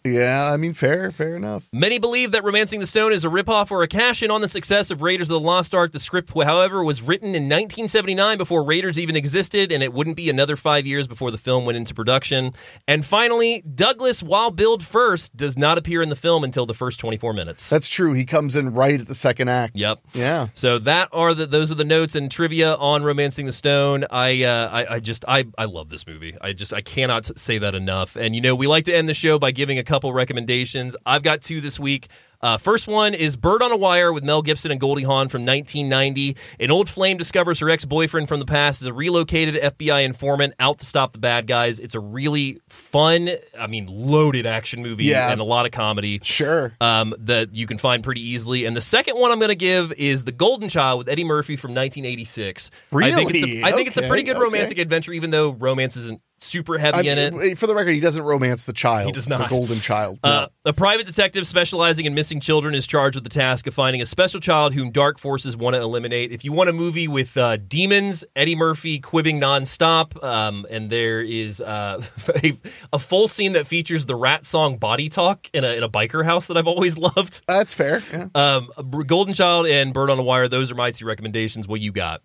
[SPEAKER 8] Yeah, I mean, fair, fair enough.
[SPEAKER 9] Many believe that Romancing the Stone is a ripoff or a cash in on the success of Raiders of the Lost Ark. The script, however, was written in 1979 before Raiders even existed, and it wouldn't be another five years before the film went into production. And finally, Douglas, while billed first, does not appear in the film until the first 24 minutes.
[SPEAKER 8] That's true. He comes in right at the second act.
[SPEAKER 9] Yep.
[SPEAKER 8] Yeah.
[SPEAKER 9] So that are the those are the notes and trivia on Romancing the Stone. I uh, I, I just I I love this movie. I just I cannot say that enough. And you know we like to end the show by giving a couple recommendations. I've got two this week. Uh, first one is Bird on a Wire with Mel Gibson and Goldie Hawn from 1990. An old flame discovers her ex boyfriend from the past is a relocated FBI informant out to stop the bad guys. It's a really fun, I mean, loaded action movie
[SPEAKER 8] Yeah.
[SPEAKER 9] and a lot of comedy
[SPEAKER 8] Sure.
[SPEAKER 9] um, that you can find pretty easily. And the second one I'm going to give is The Golden Child with Eddie Murphy from 1986. I think it's
[SPEAKER 8] Really?
[SPEAKER 9] a, I think it's a
[SPEAKER 8] Okay,
[SPEAKER 9] pretty good
[SPEAKER 8] okay.
[SPEAKER 9] romantic adventure, even though romance isn't super heavy
[SPEAKER 8] I
[SPEAKER 9] in it.
[SPEAKER 8] mean, For the record, he doesn't romance the child. He
[SPEAKER 9] does not.
[SPEAKER 8] The golden child. No.
[SPEAKER 9] Uh, a private detective specializing in missing children is charged with the task of finding a special child whom dark forces want to eliminate. If you want a movie with uh, demons, Eddie Murphy quibbing nonstop, um, and there is uh, a, a full scene that features the rat song "Body Talk" in a, in a biker house that I've always loved.
[SPEAKER 8] That's fair. yeah.
[SPEAKER 9] Um, Golden Child and Bird on a Wire. Those are my two recommendations. What you got?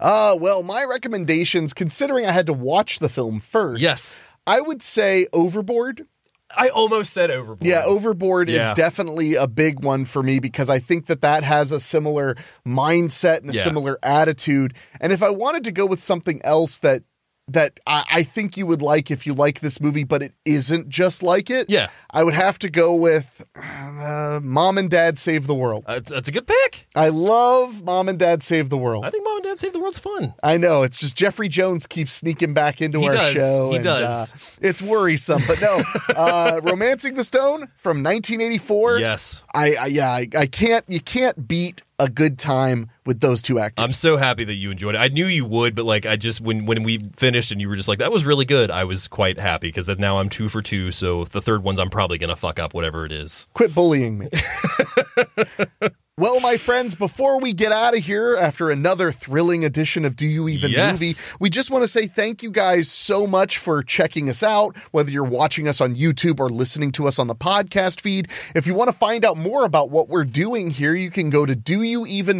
[SPEAKER 8] Uh, well, my recommendations, considering I had to watch the film first.
[SPEAKER 9] Yes.
[SPEAKER 8] I would say Overboard.
[SPEAKER 9] I almost said Overboard.
[SPEAKER 8] Yeah, Overboard
[SPEAKER 9] Yeah.
[SPEAKER 8] is definitely a big one for me because I think that that has a similar mindset and a
[SPEAKER 9] Yeah.
[SPEAKER 8] similar attitude. And if I wanted to go with something else that that I, I think you would like if you like this movie, but it isn't just like it.
[SPEAKER 9] Yeah.
[SPEAKER 8] I would have to go with uh, Mom and Dad Save the World.
[SPEAKER 9] Uh, that's a good pick.
[SPEAKER 8] I love Mom and Dad Save the World.
[SPEAKER 9] I think Mom and Dad Save the World's fun.
[SPEAKER 8] I know it's just Jeffrey Jones keeps sneaking back into
[SPEAKER 9] He
[SPEAKER 8] our
[SPEAKER 9] does.
[SPEAKER 8] show.
[SPEAKER 9] He
[SPEAKER 8] and,
[SPEAKER 9] does.
[SPEAKER 8] uh, it's worrisome, but no. Uh, Romancing the Stone from 1984.
[SPEAKER 9] Yes.
[SPEAKER 8] I, I yeah, I, I can't. You can't beat a good time with those two actors.
[SPEAKER 9] I'm so happy that you enjoyed it. I knew you would, but like I just when when we finished and you were just like that was really good. I was quite happy because that now I'm two for two. So the third one's I'm probably gonna fuck up whatever it is.
[SPEAKER 8] Quit bullying me. well, my friends, before we get out of here after another thrilling edition of Do You Even
[SPEAKER 9] Yes.
[SPEAKER 8] Movie, we just want to say thank you guys so much for checking us out, whether you're watching us on YouTube or listening to us on the podcast feed. If you want to find out more about what we're doing here, you can go to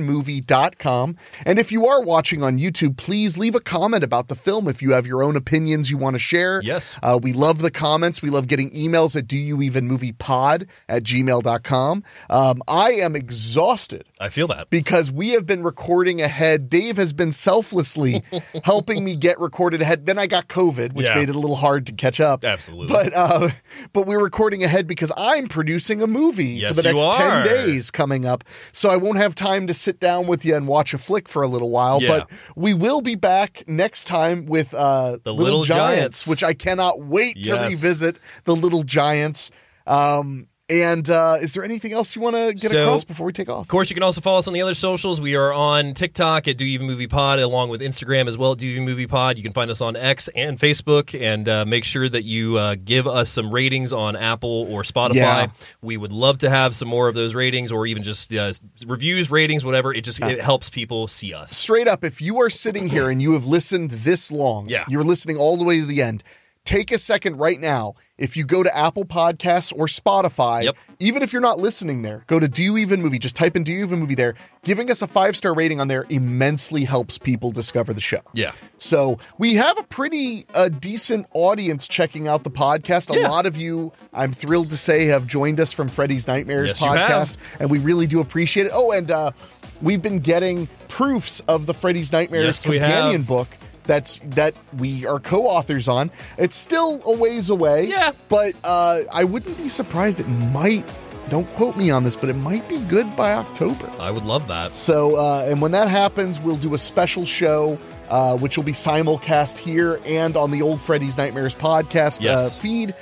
[SPEAKER 8] doyouevenmovie.com. And if you are watching on YouTube, please leave a comment about the film if you have your own opinions you want to share.
[SPEAKER 9] Yes.
[SPEAKER 8] Uh, we love the comments. We love getting emails at doyouevenmoviepod at gmail.com. Um, I am exhausted
[SPEAKER 9] I feel that.
[SPEAKER 8] because we have been recording ahead. Dave has been selflessly helping me get recorded ahead. Then I got COVID, which
[SPEAKER 9] Yeah.
[SPEAKER 8] made it a little hard to catch up.
[SPEAKER 9] Absolutely.
[SPEAKER 8] But uh, but we're recording ahead because I'm producing a movie
[SPEAKER 9] Yes,
[SPEAKER 8] for the
[SPEAKER 9] you
[SPEAKER 8] next
[SPEAKER 9] are.
[SPEAKER 8] ten days coming up, so I won't have time to sit down with you and watch a flick for a little while.
[SPEAKER 9] Yeah.
[SPEAKER 8] But we will be back next time with uh,
[SPEAKER 9] The Little Giants.
[SPEAKER 8] which I cannot wait to
[SPEAKER 9] Yes.
[SPEAKER 8] revisit the Little Giants. Um, And uh, is there anything else you want to get
[SPEAKER 9] So-
[SPEAKER 8] across before we take off?
[SPEAKER 9] Of course, you can also follow us on the other socials. We are on TikTok at Do You Even Movie Pod, along with Instagram as well at Do You Even Movie Pod. You can find us on X and Facebook, and uh, make sure that you uh, give us some ratings on Apple or Spotify.
[SPEAKER 8] Yeah.
[SPEAKER 9] We would love to have some more of those ratings, or even just uh, reviews, ratings, whatever. It just it helps people see us.
[SPEAKER 8] Straight up, if you are sitting here and you have listened this long, yeah. you're listening all the way to the end, take a second right now. If you go to Apple Podcasts or Spotify, even if you're not listening there, go to Do You Even Movie. Just type in Do You Even Movie there. Giving us a five star rating on there immensely helps people discover the show.
[SPEAKER 9] Yeah.
[SPEAKER 8] So we have a pretty uh, decent audience checking out the podcast. A lot of you, I'm thrilled to say, have joined us from Freddy's Nightmares
[SPEAKER 9] Yes, you
[SPEAKER 8] podcast,
[SPEAKER 9] have.
[SPEAKER 8] and we really do appreciate it. Oh, and uh, we've been getting proofs of the Freddy's Nightmares
[SPEAKER 9] Yes, we
[SPEAKER 8] companion
[SPEAKER 9] have.
[SPEAKER 8] book. That's that we are co-authors on. It's still a ways away. Yeah, but uh, I wouldn't be surprised. It might. Don't quote me on this, but it might be good by October.
[SPEAKER 9] I would love that.
[SPEAKER 8] So, uh, and when that happens, we'll do a special show, uh, which will be simulcast here and on the old Freddy's Nightmares podcast uh,
[SPEAKER 9] Yes.
[SPEAKER 8] feed.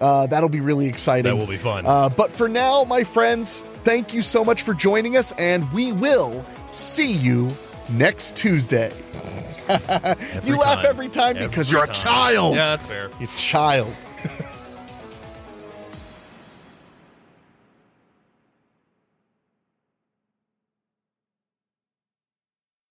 [SPEAKER 8] Uh, that'll be really exciting.
[SPEAKER 9] That will be fun.
[SPEAKER 8] Uh, but for now, my friends, thank you so much for joining us, and we will see you next Tuesday. you laugh
[SPEAKER 9] time.
[SPEAKER 8] every time because
[SPEAKER 9] Every
[SPEAKER 8] you're
[SPEAKER 9] time.
[SPEAKER 8] a child.
[SPEAKER 9] Yeah, that's fair.
[SPEAKER 8] You child.